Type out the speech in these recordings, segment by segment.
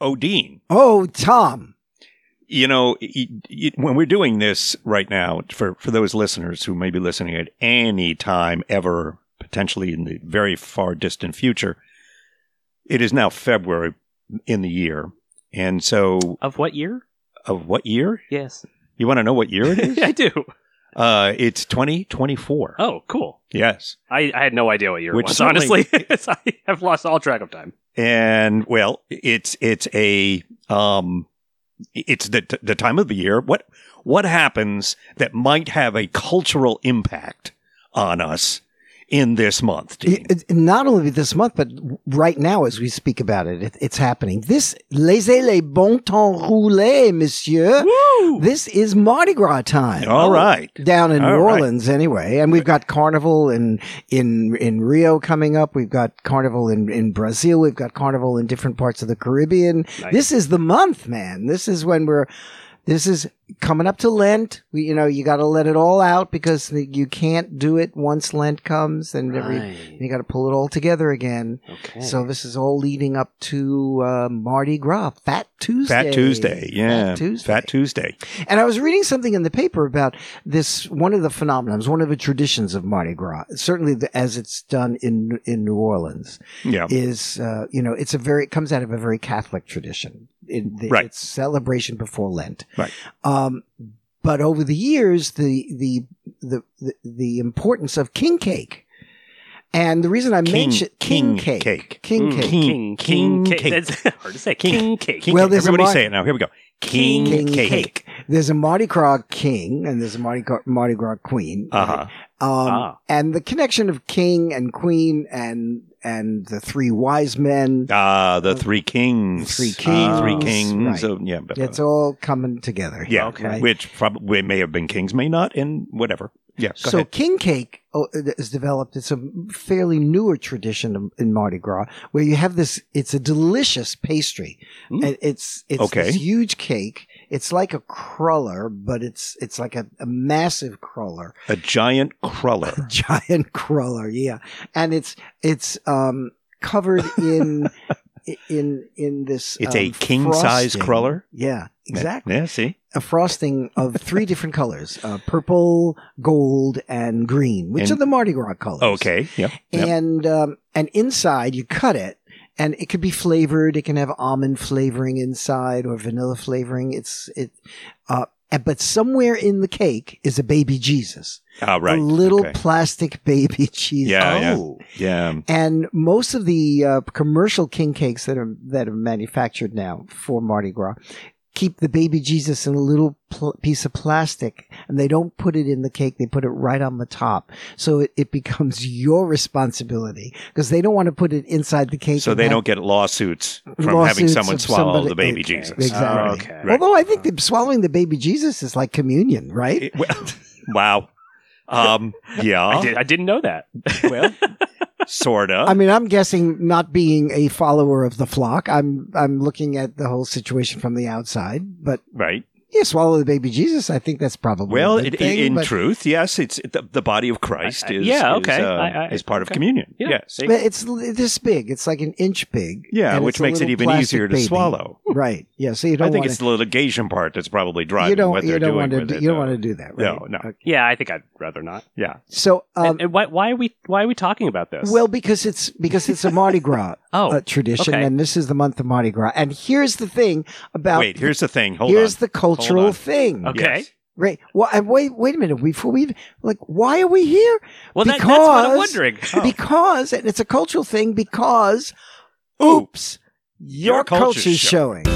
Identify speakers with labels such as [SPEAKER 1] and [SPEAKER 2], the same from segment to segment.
[SPEAKER 1] Odine.
[SPEAKER 2] Oh, Tom.
[SPEAKER 1] You know, y- y- when we're doing this right now, for, for those listeners who may be listening at any time ever, potentially in the very far distant future, it is now February in the year. And so,
[SPEAKER 3] Of what year?
[SPEAKER 1] of what year?
[SPEAKER 3] Yes.
[SPEAKER 1] You want to know what year it is?
[SPEAKER 3] I do.
[SPEAKER 1] uh, it's 2024.
[SPEAKER 3] Oh, cool.
[SPEAKER 1] Yes.
[SPEAKER 3] I, I had no idea what year
[SPEAKER 1] Which
[SPEAKER 3] it was,
[SPEAKER 1] certainly-
[SPEAKER 3] honestly. I have lost all track of time.
[SPEAKER 1] and well it's it's a um it's the the time of the year what what happens that might have a cultural impact on us in this month Dean?
[SPEAKER 2] It- it- not only this month, but right now as we speak about it, it it's happening. This, laissez les bon temps rouler, monsieur.
[SPEAKER 3] Woo!
[SPEAKER 2] This is Mardi Gras time. Oh,
[SPEAKER 1] all right
[SPEAKER 2] down in
[SPEAKER 1] All
[SPEAKER 2] New
[SPEAKER 1] right.
[SPEAKER 2] Orleans anyway. And we've got Carnival in in in Rio coming up. We've got Carnival in in Brazil. We've got Carnival in different parts of the Caribbean.
[SPEAKER 3] Nice.
[SPEAKER 2] This is the month, man. This is when we're this is coming up to Lent. We, you know, you got to let it all out because you can't do it once Lent comes and every you got to pull it all together again.
[SPEAKER 3] Okay.
[SPEAKER 2] So this is all leading up to uh, Mardi Gras, Fat Tuesday.
[SPEAKER 1] fat tuesday yeah
[SPEAKER 2] Fat Tuesday.
[SPEAKER 1] fat tuesday
[SPEAKER 2] And I was reading something in the paper about this one of the phenomenons, one of the traditions of Mardi Gras, certainly the, as it's done in in New Orleans,
[SPEAKER 1] yeah
[SPEAKER 2] is uh, you know it's a very it comes out of a very Catholic tradition. It, the,
[SPEAKER 1] Right.
[SPEAKER 2] It's celebration before Lent.
[SPEAKER 1] Right.
[SPEAKER 2] Um, but over the years, the the the the, the importance of king cake, and the reason I
[SPEAKER 1] King-
[SPEAKER 2] mentioned king,
[SPEAKER 1] king
[SPEAKER 2] cake,
[SPEAKER 1] cake.
[SPEAKER 2] king
[SPEAKER 3] Mm,
[SPEAKER 2] cake,
[SPEAKER 1] King-
[SPEAKER 3] King, king,
[SPEAKER 1] king
[SPEAKER 3] cake.
[SPEAKER 1] cake.
[SPEAKER 3] That's hard to say. King, cake.
[SPEAKER 1] king
[SPEAKER 2] Well,
[SPEAKER 1] cake.
[SPEAKER 2] there's a
[SPEAKER 1] everybody
[SPEAKER 2] mar-
[SPEAKER 1] say it now here we go king,
[SPEAKER 2] King
[SPEAKER 1] cake,
[SPEAKER 2] cake. There's a Mardi Gras king, and there's a Mardi Gras, Mardi Gras queen.
[SPEAKER 1] uh-huh
[SPEAKER 2] Um,
[SPEAKER 3] Ah.
[SPEAKER 2] and the connection of king and queen and and the three wise men.
[SPEAKER 1] ah the three kings
[SPEAKER 2] Oh. Three
[SPEAKER 1] Ah, three
[SPEAKER 2] kings,
[SPEAKER 1] kings
[SPEAKER 2] right.
[SPEAKER 1] of- yeah but- uh,
[SPEAKER 2] It's all coming together.
[SPEAKER 1] yeah
[SPEAKER 2] right?
[SPEAKER 1] which probably may have been kings may not and whatever yeah go
[SPEAKER 2] so
[SPEAKER 1] ahead.
[SPEAKER 2] king cake oh, it is developed. It's a fairly newer tradition of- in Mardi Gras where you have this. It's a delicious pastry.
[SPEAKER 3] Mm.
[SPEAKER 2] And It's it's
[SPEAKER 1] Hmm. Okay.
[SPEAKER 2] this huge cake. It's like a cruller, but it's it's like a, a massive cruller.
[SPEAKER 1] a giant cruller
[SPEAKER 2] giant crawler yeah and it's it's um covered in in in this
[SPEAKER 1] It's
[SPEAKER 2] um,
[SPEAKER 1] a king-size
[SPEAKER 2] frosting.
[SPEAKER 1] cruller?
[SPEAKER 2] yeah exactly
[SPEAKER 1] yeah see
[SPEAKER 2] a frosting of three different colors uh, purple gold and green which
[SPEAKER 1] And-
[SPEAKER 2] are the mardi gras colors
[SPEAKER 1] Okay. Yep. yep.
[SPEAKER 2] and um, and inside you cut it and it could be flavored it can have almond flavoring inside or vanilla flavoring it's it uh and- but somewhere in the cake is a baby jesus
[SPEAKER 1] Ah, right.
[SPEAKER 2] a little
[SPEAKER 1] Okay.
[SPEAKER 2] plastic baby cheese.
[SPEAKER 1] Yeah, yeah.
[SPEAKER 2] Oh.
[SPEAKER 1] yeah. um,
[SPEAKER 2] And most of the uh, commercial king cakes that are that are manufactured now for Mardi Gras keep the baby Jesus in a little pl- piece of plastic, and they don't put it in the cake; they put it right on the top, so it, it becomes your responsibility because they don't want to put it inside the cake.
[SPEAKER 1] So
[SPEAKER 2] and
[SPEAKER 1] they
[SPEAKER 2] have-
[SPEAKER 1] don't get lawsuits from having
[SPEAKER 2] Lawsuits
[SPEAKER 1] someone
[SPEAKER 2] of
[SPEAKER 1] swallow
[SPEAKER 2] somebody-
[SPEAKER 1] the baby
[SPEAKER 2] okay,
[SPEAKER 1] Jesus. Ah,
[SPEAKER 2] exactly.
[SPEAKER 3] Okay.
[SPEAKER 1] Right.
[SPEAKER 2] Although I think that swallowing the baby Jesus is like communion, right?
[SPEAKER 1] It- well, wow. Um. Yeah.
[SPEAKER 3] I, did, I didn't know that.
[SPEAKER 1] Well, sorta.
[SPEAKER 2] I mean, I'm guessing not being a follower of the flock. I'm I'm looking at the whole situation from the outside, but
[SPEAKER 1] right.
[SPEAKER 2] yeah, swallow the baby Jesus. I think that's probably
[SPEAKER 1] Well,
[SPEAKER 2] a good
[SPEAKER 1] it,
[SPEAKER 2] thing,
[SPEAKER 1] in
[SPEAKER 2] but-
[SPEAKER 1] truth, yes, it's the, the body of Christ
[SPEAKER 3] I- I-
[SPEAKER 1] is
[SPEAKER 3] yeah, okay.
[SPEAKER 1] is,
[SPEAKER 3] I- I-
[SPEAKER 1] is part of
[SPEAKER 3] okay.
[SPEAKER 1] communion.
[SPEAKER 3] Yeah.
[SPEAKER 1] Yeah. see?
[SPEAKER 2] but it's l- this big. It's like an inch big.
[SPEAKER 1] Yeah,
[SPEAKER 2] and
[SPEAKER 1] which
[SPEAKER 2] it's a
[SPEAKER 1] makes it
[SPEAKER 2] little
[SPEAKER 1] even
[SPEAKER 2] plastic
[SPEAKER 1] easier to
[SPEAKER 2] baby.
[SPEAKER 1] swallow.
[SPEAKER 2] Right? Yeah. So you don't.
[SPEAKER 1] I think
[SPEAKER 2] wanna,
[SPEAKER 1] it's the litigation part that's probably driving
[SPEAKER 2] you don't.
[SPEAKER 1] what they're
[SPEAKER 2] You don't
[SPEAKER 1] doing
[SPEAKER 2] want to.
[SPEAKER 1] with
[SPEAKER 2] Do,
[SPEAKER 1] it.
[SPEAKER 2] you don't
[SPEAKER 1] though.
[SPEAKER 2] want to do that. Right?
[SPEAKER 1] No, no.
[SPEAKER 2] Okay.
[SPEAKER 3] Yeah, I think I'd rather not.
[SPEAKER 1] Yeah.
[SPEAKER 2] So, um,
[SPEAKER 3] and, and why, why are we why are we talking about this?
[SPEAKER 2] well, because it's because it's a Mardi Gras
[SPEAKER 3] oh,
[SPEAKER 2] uh, tradition,
[SPEAKER 3] okay.
[SPEAKER 2] and this is the month of Mardi Gras. And here's the thing about
[SPEAKER 1] Wait. Here's the thing. Hold
[SPEAKER 2] here's
[SPEAKER 1] on.
[SPEAKER 2] the cultural
[SPEAKER 1] on.
[SPEAKER 2] thing.
[SPEAKER 3] Okay.
[SPEAKER 1] Yes.
[SPEAKER 2] Right. Well, I, wait, wait a minute. Before we even- like, why are we here?
[SPEAKER 3] well, that, that's what I'm
[SPEAKER 2] because-
[SPEAKER 3] wondering.
[SPEAKER 2] Because, and it's a cultural thing. Because, oops, your,
[SPEAKER 1] Your
[SPEAKER 2] culture's,
[SPEAKER 1] culture's
[SPEAKER 2] showing.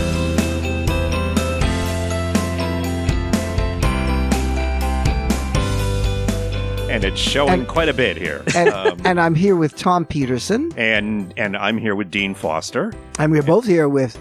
[SPEAKER 1] and it's showing
[SPEAKER 2] And-
[SPEAKER 1] quite a bit here.
[SPEAKER 2] And,
[SPEAKER 1] um,
[SPEAKER 2] and I'm here with Tom Peterson,
[SPEAKER 1] and and I'm here with Dean Foster.
[SPEAKER 2] and we're both here with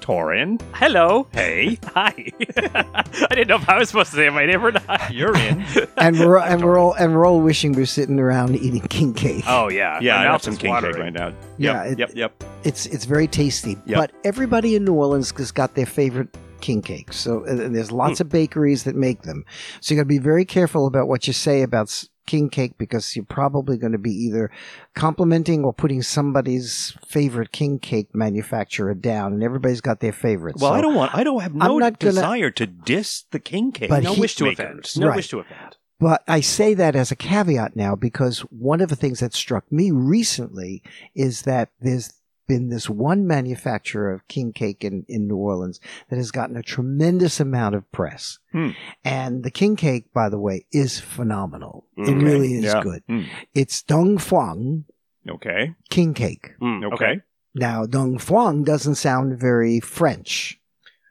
[SPEAKER 1] Torin.
[SPEAKER 3] Oh, Hello.
[SPEAKER 1] Hey,
[SPEAKER 3] Hi. I didn't know if I was supposed to say my name or not.
[SPEAKER 1] you're in.
[SPEAKER 2] and we're and we're all and we're all wishing we're sitting around eating king cake.
[SPEAKER 3] Oh yeah.
[SPEAKER 1] yeah,
[SPEAKER 3] My
[SPEAKER 1] I have
[SPEAKER 3] mouth
[SPEAKER 1] some
[SPEAKER 3] is
[SPEAKER 1] king cake
[SPEAKER 3] watering.
[SPEAKER 1] right now.
[SPEAKER 2] Yeah,
[SPEAKER 1] Yep,
[SPEAKER 2] it-
[SPEAKER 1] yep, yep.
[SPEAKER 2] It's it's very tasty.
[SPEAKER 1] Yeah.
[SPEAKER 2] But everybody in New Orleans has got their favorite king cakes. So and and there's lots
[SPEAKER 1] Hmm.
[SPEAKER 2] of bakeries that make them. So you got to be very careful about what you say about s- king cake because you're probably going to be either complimenting or putting somebody's favorite king cake manufacturer down. And everybody's got their favorites.
[SPEAKER 1] Well,
[SPEAKER 2] So-
[SPEAKER 1] I don't want. I don't have
[SPEAKER 2] I'm
[SPEAKER 1] no
[SPEAKER 2] not gonna-
[SPEAKER 1] desire to diss the king cake.
[SPEAKER 2] But
[SPEAKER 3] No
[SPEAKER 2] he-
[SPEAKER 3] wish to
[SPEAKER 1] makers.
[SPEAKER 3] offend. No
[SPEAKER 2] Right.
[SPEAKER 3] wish to offend.
[SPEAKER 2] But I say that as a caveat now because one of the things that struck me recently is that there's been this one manufacturer of king cake in, in New Orleans that has gotten a tremendous amount of press.
[SPEAKER 1] Hmm.
[SPEAKER 2] And the king cake, by the way, is phenomenal. It
[SPEAKER 3] Okay.
[SPEAKER 2] really is
[SPEAKER 1] Yeah.
[SPEAKER 2] good.
[SPEAKER 1] Mm.
[SPEAKER 2] It's Dong Fuang
[SPEAKER 1] Okay.
[SPEAKER 2] king cake.
[SPEAKER 3] Mm,
[SPEAKER 1] Okay.
[SPEAKER 2] Now, Dong Fuang doesn't sound very French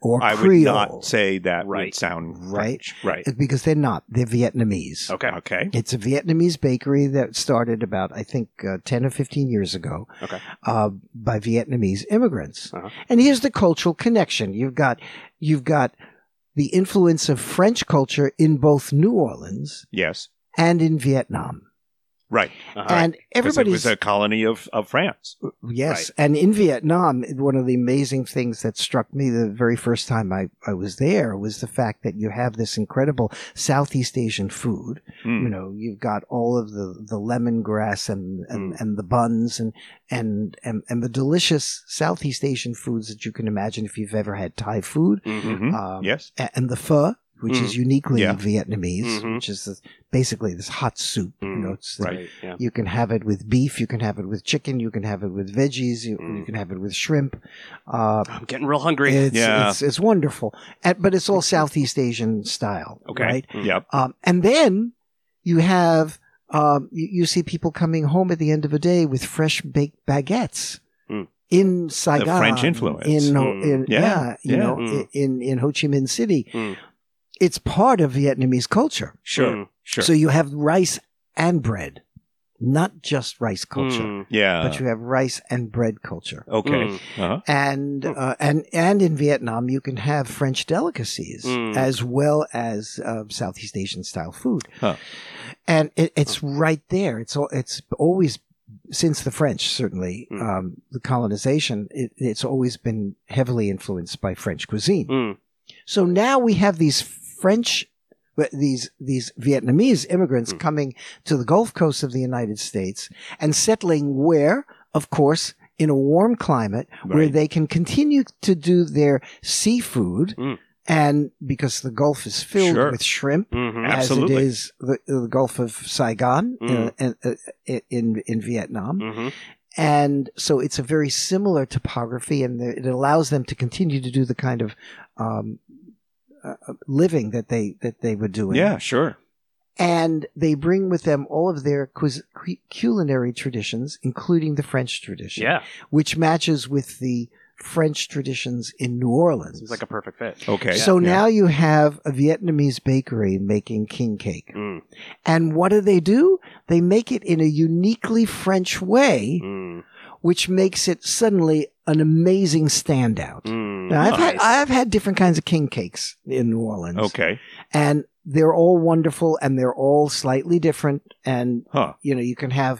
[SPEAKER 2] or
[SPEAKER 1] I would
[SPEAKER 2] Creole,
[SPEAKER 1] not say that would
[SPEAKER 3] Right.
[SPEAKER 1] sound
[SPEAKER 2] Right.
[SPEAKER 1] French. Right.
[SPEAKER 2] because they're not. They're Vietnamese.
[SPEAKER 3] Okay.
[SPEAKER 1] Okay.
[SPEAKER 2] It's a Vietnamese bakery that started about, I think, uh, 10 or 15 years ago
[SPEAKER 3] Okay.
[SPEAKER 2] uh, by Vietnamese immigrants.
[SPEAKER 3] Uh-huh.
[SPEAKER 2] And here's the cultural connection. You've got, you've got the influence of French culture in both New Orleans
[SPEAKER 1] Yes.
[SPEAKER 2] and in Vietnam.
[SPEAKER 1] Right.
[SPEAKER 3] Uh-huh.
[SPEAKER 2] And
[SPEAKER 1] 'Cause it was
[SPEAKER 2] everybody's,
[SPEAKER 1] a colony of, of France.
[SPEAKER 2] yes. And in Vietnam, one of the amazing things that struck me the very first time I, I was there was the fact that you have this incredible Southeast Asian food.
[SPEAKER 1] Mm.
[SPEAKER 2] you know you've got all of the the lemongrass and
[SPEAKER 1] Hmm.
[SPEAKER 2] and, and the buns and, and and and the delicious southeast asian foods that you can imagine if you've ever had thai food
[SPEAKER 3] Mhm.
[SPEAKER 1] Mhm.
[SPEAKER 2] um,
[SPEAKER 1] yes.
[SPEAKER 2] a- and the pho which is uniquely
[SPEAKER 1] Hmm. Yeah. Mm-hmm.
[SPEAKER 2] vietnamese
[SPEAKER 3] Mhm.
[SPEAKER 2] which is this, basically this hot soup you
[SPEAKER 3] Mm.
[SPEAKER 2] know it's
[SPEAKER 1] Hmm. Right.
[SPEAKER 3] Yeah.
[SPEAKER 2] you can have it with beef you can have it with chicken you can have it with veggies you, you
[SPEAKER 1] Hmm.
[SPEAKER 3] Mm.
[SPEAKER 2] can have it with shrimp uh,
[SPEAKER 3] I'm getting real hungry.
[SPEAKER 2] it's,
[SPEAKER 1] Yeah.
[SPEAKER 2] it's, it's wonderful and, but it's all southeast asian style
[SPEAKER 1] Okay.
[SPEAKER 2] right
[SPEAKER 3] Mm.
[SPEAKER 1] Yep.
[SPEAKER 2] um, and then you have um, you, you see people coming home at the end of a day with fresh baked baguettes
[SPEAKER 3] Mm.
[SPEAKER 2] in Saigon,
[SPEAKER 1] Hmm. French influence. Hmm.
[SPEAKER 2] in, Ho-
[SPEAKER 3] Mm.
[SPEAKER 2] in-
[SPEAKER 1] Yeah.
[SPEAKER 2] yeah,
[SPEAKER 1] Yeah.
[SPEAKER 2] you
[SPEAKER 1] Hmm.
[SPEAKER 2] know,
[SPEAKER 3] Mm.
[SPEAKER 2] in in Ho Chi Minh City.
[SPEAKER 3] Mm.
[SPEAKER 2] It's part of Vietnamese culture.
[SPEAKER 1] Sure.
[SPEAKER 3] Mm.
[SPEAKER 1] Sure.
[SPEAKER 2] So you have rice and bread, not just rice
[SPEAKER 1] Hmm.
[SPEAKER 2] culture,
[SPEAKER 3] Mm.
[SPEAKER 1] yeah.
[SPEAKER 2] but you have rice and bread culture.
[SPEAKER 1] okay.
[SPEAKER 3] Mm.
[SPEAKER 1] Uh-huh.
[SPEAKER 2] And
[SPEAKER 3] Mm.
[SPEAKER 2] uh, and and in Vietnam, you can have French delicacies
[SPEAKER 3] Mm.
[SPEAKER 2] as well as uh, Southeast Asian style food,
[SPEAKER 1] Huh.
[SPEAKER 2] and it, it's right there. It's all, it's always since the French certainly
[SPEAKER 3] Mm.
[SPEAKER 2] um, the colonization. It, it's always been heavily influenced by French cuisine.
[SPEAKER 3] Mm.
[SPEAKER 2] So now we have these French, but these these Vietnamese immigrants
[SPEAKER 3] Mm.
[SPEAKER 2] coming to the Gulf Coast of the United States and settling where, of course, in a warm climate where
[SPEAKER 1] Right.
[SPEAKER 2] they can continue to do their seafood.
[SPEAKER 3] Mm.
[SPEAKER 2] And because the Gulf is filled
[SPEAKER 1] Sure.
[SPEAKER 2] with shrimp,
[SPEAKER 3] Mhm.
[SPEAKER 2] as
[SPEAKER 1] Absolutely.
[SPEAKER 2] it is the, the Gulf of Saigon
[SPEAKER 3] Mm.
[SPEAKER 2] uh, and, uh, in in Vietnam,
[SPEAKER 1] Mm.
[SPEAKER 3] Mhm.
[SPEAKER 2] and so it's a very similar topography, and the- it allows them to continue to do the kind of um, uh, living that they that they were doing.
[SPEAKER 1] Yeah. Sure.
[SPEAKER 2] and they bring with them all of their cuis- cu- culinary traditions, including the French tradition,
[SPEAKER 3] Yeah.
[SPEAKER 2] which matches with the French traditions in New Orleans.
[SPEAKER 3] Seems like a perfect fit.
[SPEAKER 1] Okay.
[SPEAKER 2] so
[SPEAKER 1] Yeah.
[SPEAKER 2] now you have a Vietnamese bakery making king cake.
[SPEAKER 3] Mm.
[SPEAKER 2] And what do they do? They make it in a uniquely French way
[SPEAKER 3] Mm.
[SPEAKER 2] which makes it suddenly an amazing standout.
[SPEAKER 3] Mm.
[SPEAKER 2] Now, I've had
[SPEAKER 3] Nice.
[SPEAKER 2] I've had different kinds of king cakes in New Orleans,
[SPEAKER 1] Okay.
[SPEAKER 2] and they're all wonderful, and they're all slightly different, and
[SPEAKER 1] Huh.
[SPEAKER 2] you know you can have.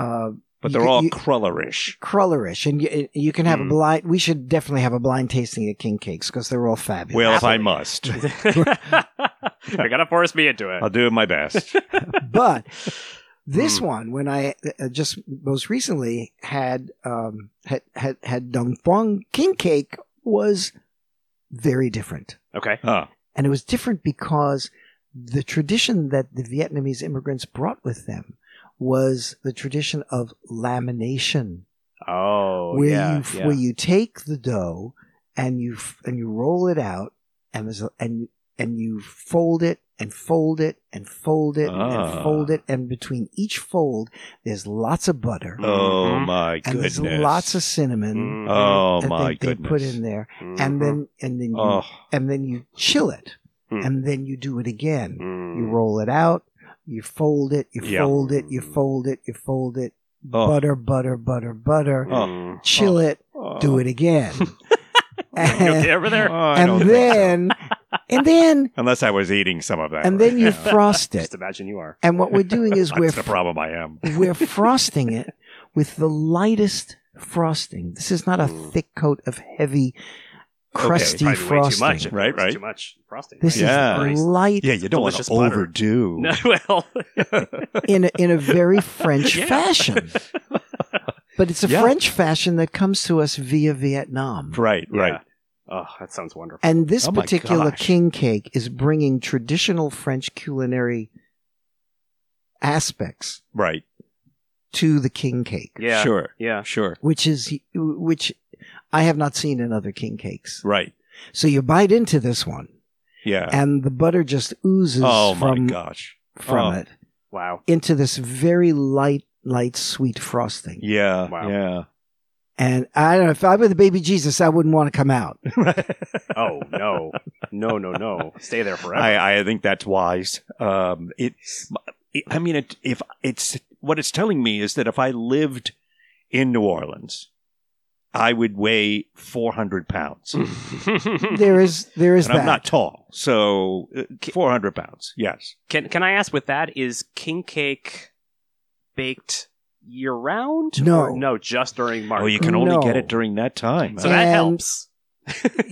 [SPEAKER 2] Uh,
[SPEAKER 1] But
[SPEAKER 2] You
[SPEAKER 1] they're
[SPEAKER 2] could-
[SPEAKER 1] all
[SPEAKER 2] you-
[SPEAKER 1] crullerish. Hmm.
[SPEAKER 2] Crullerish, and you, you can have a
[SPEAKER 3] Mm.
[SPEAKER 2] blind. We should definitely have a blind tasting of king cakes because they're all fabulous.
[SPEAKER 1] Well, if I must,
[SPEAKER 3] mm, You're gonna force me into it.
[SPEAKER 1] I'll do my best.
[SPEAKER 2] but this
[SPEAKER 3] Mm.
[SPEAKER 1] Hmm.
[SPEAKER 2] one, when I uh, just most recently had um, had had had Dong Pong king cake, was very different.
[SPEAKER 3] Okay.
[SPEAKER 1] Huh.
[SPEAKER 2] And it was different because the tradition that the Vietnamese immigrants brought with them was the tradition of lamination,
[SPEAKER 3] Oh,
[SPEAKER 2] where
[SPEAKER 3] yeah.
[SPEAKER 2] you
[SPEAKER 3] yeah.
[SPEAKER 2] where you take the dough and you f- and you roll it out and there's a, and and you fold it and fold it and fold it
[SPEAKER 1] Ah.
[SPEAKER 2] and fold it and between each fold there's lots of butter
[SPEAKER 1] Oh
[SPEAKER 3] Mhm.
[SPEAKER 1] my
[SPEAKER 2] Mm-hmm. and
[SPEAKER 1] goodness.
[SPEAKER 2] there's lots of cinnamon
[SPEAKER 3] Mhm.
[SPEAKER 1] Oh
[SPEAKER 2] that
[SPEAKER 1] my
[SPEAKER 2] they, they
[SPEAKER 1] goodness. Mm-hmm.
[SPEAKER 2] put in there and
[SPEAKER 3] Mhm.
[SPEAKER 2] then and then you
[SPEAKER 1] Oh.
[SPEAKER 2] and then you chill it
[SPEAKER 3] Mm.
[SPEAKER 2] and then you do it again
[SPEAKER 3] Mm.
[SPEAKER 2] you roll it out, you fold it, you
[SPEAKER 1] Yeah.
[SPEAKER 2] fold it, you fold it, you fold it,
[SPEAKER 1] Oh.
[SPEAKER 2] butter, butter, butter, butter,
[SPEAKER 1] Oh.
[SPEAKER 3] Mm.
[SPEAKER 2] chill it, do it again.
[SPEAKER 3] You okay over
[SPEAKER 1] Oh,
[SPEAKER 3] there?
[SPEAKER 1] I don't think
[SPEAKER 2] and
[SPEAKER 1] so.
[SPEAKER 2] then, and then,
[SPEAKER 1] unless I was eating some of that,
[SPEAKER 2] and then you
[SPEAKER 1] right now.
[SPEAKER 2] frost it.
[SPEAKER 4] Just imagine you are.
[SPEAKER 2] And what we're doing is we're
[SPEAKER 1] That's the problem. I am.
[SPEAKER 2] we're frosting it with the lightest frosting. This is not a
[SPEAKER 4] Mm.
[SPEAKER 2] thick coat of heavy, crusty
[SPEAKER 4] Probably way too
[SPEAKER 2] frosting.
[SPEAKER 4] much.
[SPEAKER 1] Right,
[SPEAKER 4] It's
[SPEAKER 1] right.
[SPEAKER 4] Too much frosting.
[SPEAKER 2] This
[SPEAKER 1] Yeah.
[SPEAKER 2] is
[SPEAKER 4] Christ.
[SPEAKER 2] light
[SPEAKER 1] Yeah, you don't want
[SPEAKER 4] Delicious
[SPEAKER 1] to
[SPEAKER 4] butter.
[SPEAKER 1] overdo.
[SPEAKER 3] No, well,
[SPEAKER 2] in a, in a very French
[SPEAKER 3] Yeah.
[SPEAKER 2] fashion. But it's a
[SPEAKER 1] Yeah.
[SPEAKER 2] French fashion that comes to us via Vietnam.
[SPEAKER 1] Right,
[SPEAKER 4] Yeah.
[SPEAKER 1] right.
[SPEAKER 4] Oh, that sounds wonderful.
[SPEAKER 2] And this
[SPEAKER 1] Oh my
[SPEAKER 2] particular
[SPEAKER 1] gosh.
[SPEAKER 2] king cake is bringing traditional French culinary aspects
[SPEAKER 1] Right.
[SPEAKER 2] to the king cake,
[SPEAKER 4] yeah.
[SPEAKER 1] Sure.
[SPEAKER 4] Yeah.
[SPEAKER 1] Sure.
[SPEAKER 2] which is which I have not seen in other king cakes.
[SPEAKER 1] Right.
[SPEAKER 2] So you bite into this one,
[SPEAKER 1] Yeah.
[SPEAKER 2] and the butter just oozes
[SPEAKER 1] oh my
[SPEAKER 2] from
[SPEAKER 1] gosh.
[SPEAKER 2] from
[SPEAKER 1] Oh.
[SPEAKER 2] it
[SPEAKER 4] Wow.
[SPEAKER 2] into this very light, light, sweet frosting.
[SPEAKER 1] Yeah.
[SPEAKER 4] Wow.
[SPEAKER 2] And I don't know if I were the baby Jesus, I wouldn't want to come out.
[SPEAKER 1] Yeah.
[SPEAKER 4] Oh no, no, no, no! Stay there forever.
[SPEAKER 1] I, I think that's wise. Um, it, I mean, it, if it's what it's telling me is that if I lived in New Orleans, I would weigh 400 pounds.
[SPEAKER 2] There is, there is
[SPEAKER 1] And I'm
[SPEAKER 2] that.
[SPEAKER 1] not tall, so uh, 400 pounds. Yes.
[SPEAKER 4] can Can I ask? With that, is king cake baked year round?
[SPEAKER 2] No.
[SPEAKER 4] Or no, just during March.
[SPEAKER 1] Oh, you can only
[SPEAKER 2] No.
[SPEAKER 1] get it during that time.
[SPEAKER 4] So
[SPEAKER 1] huh?
[SPEAKER 4] that
[SPEAKER 2] And-
[SPEAKER 4] helps.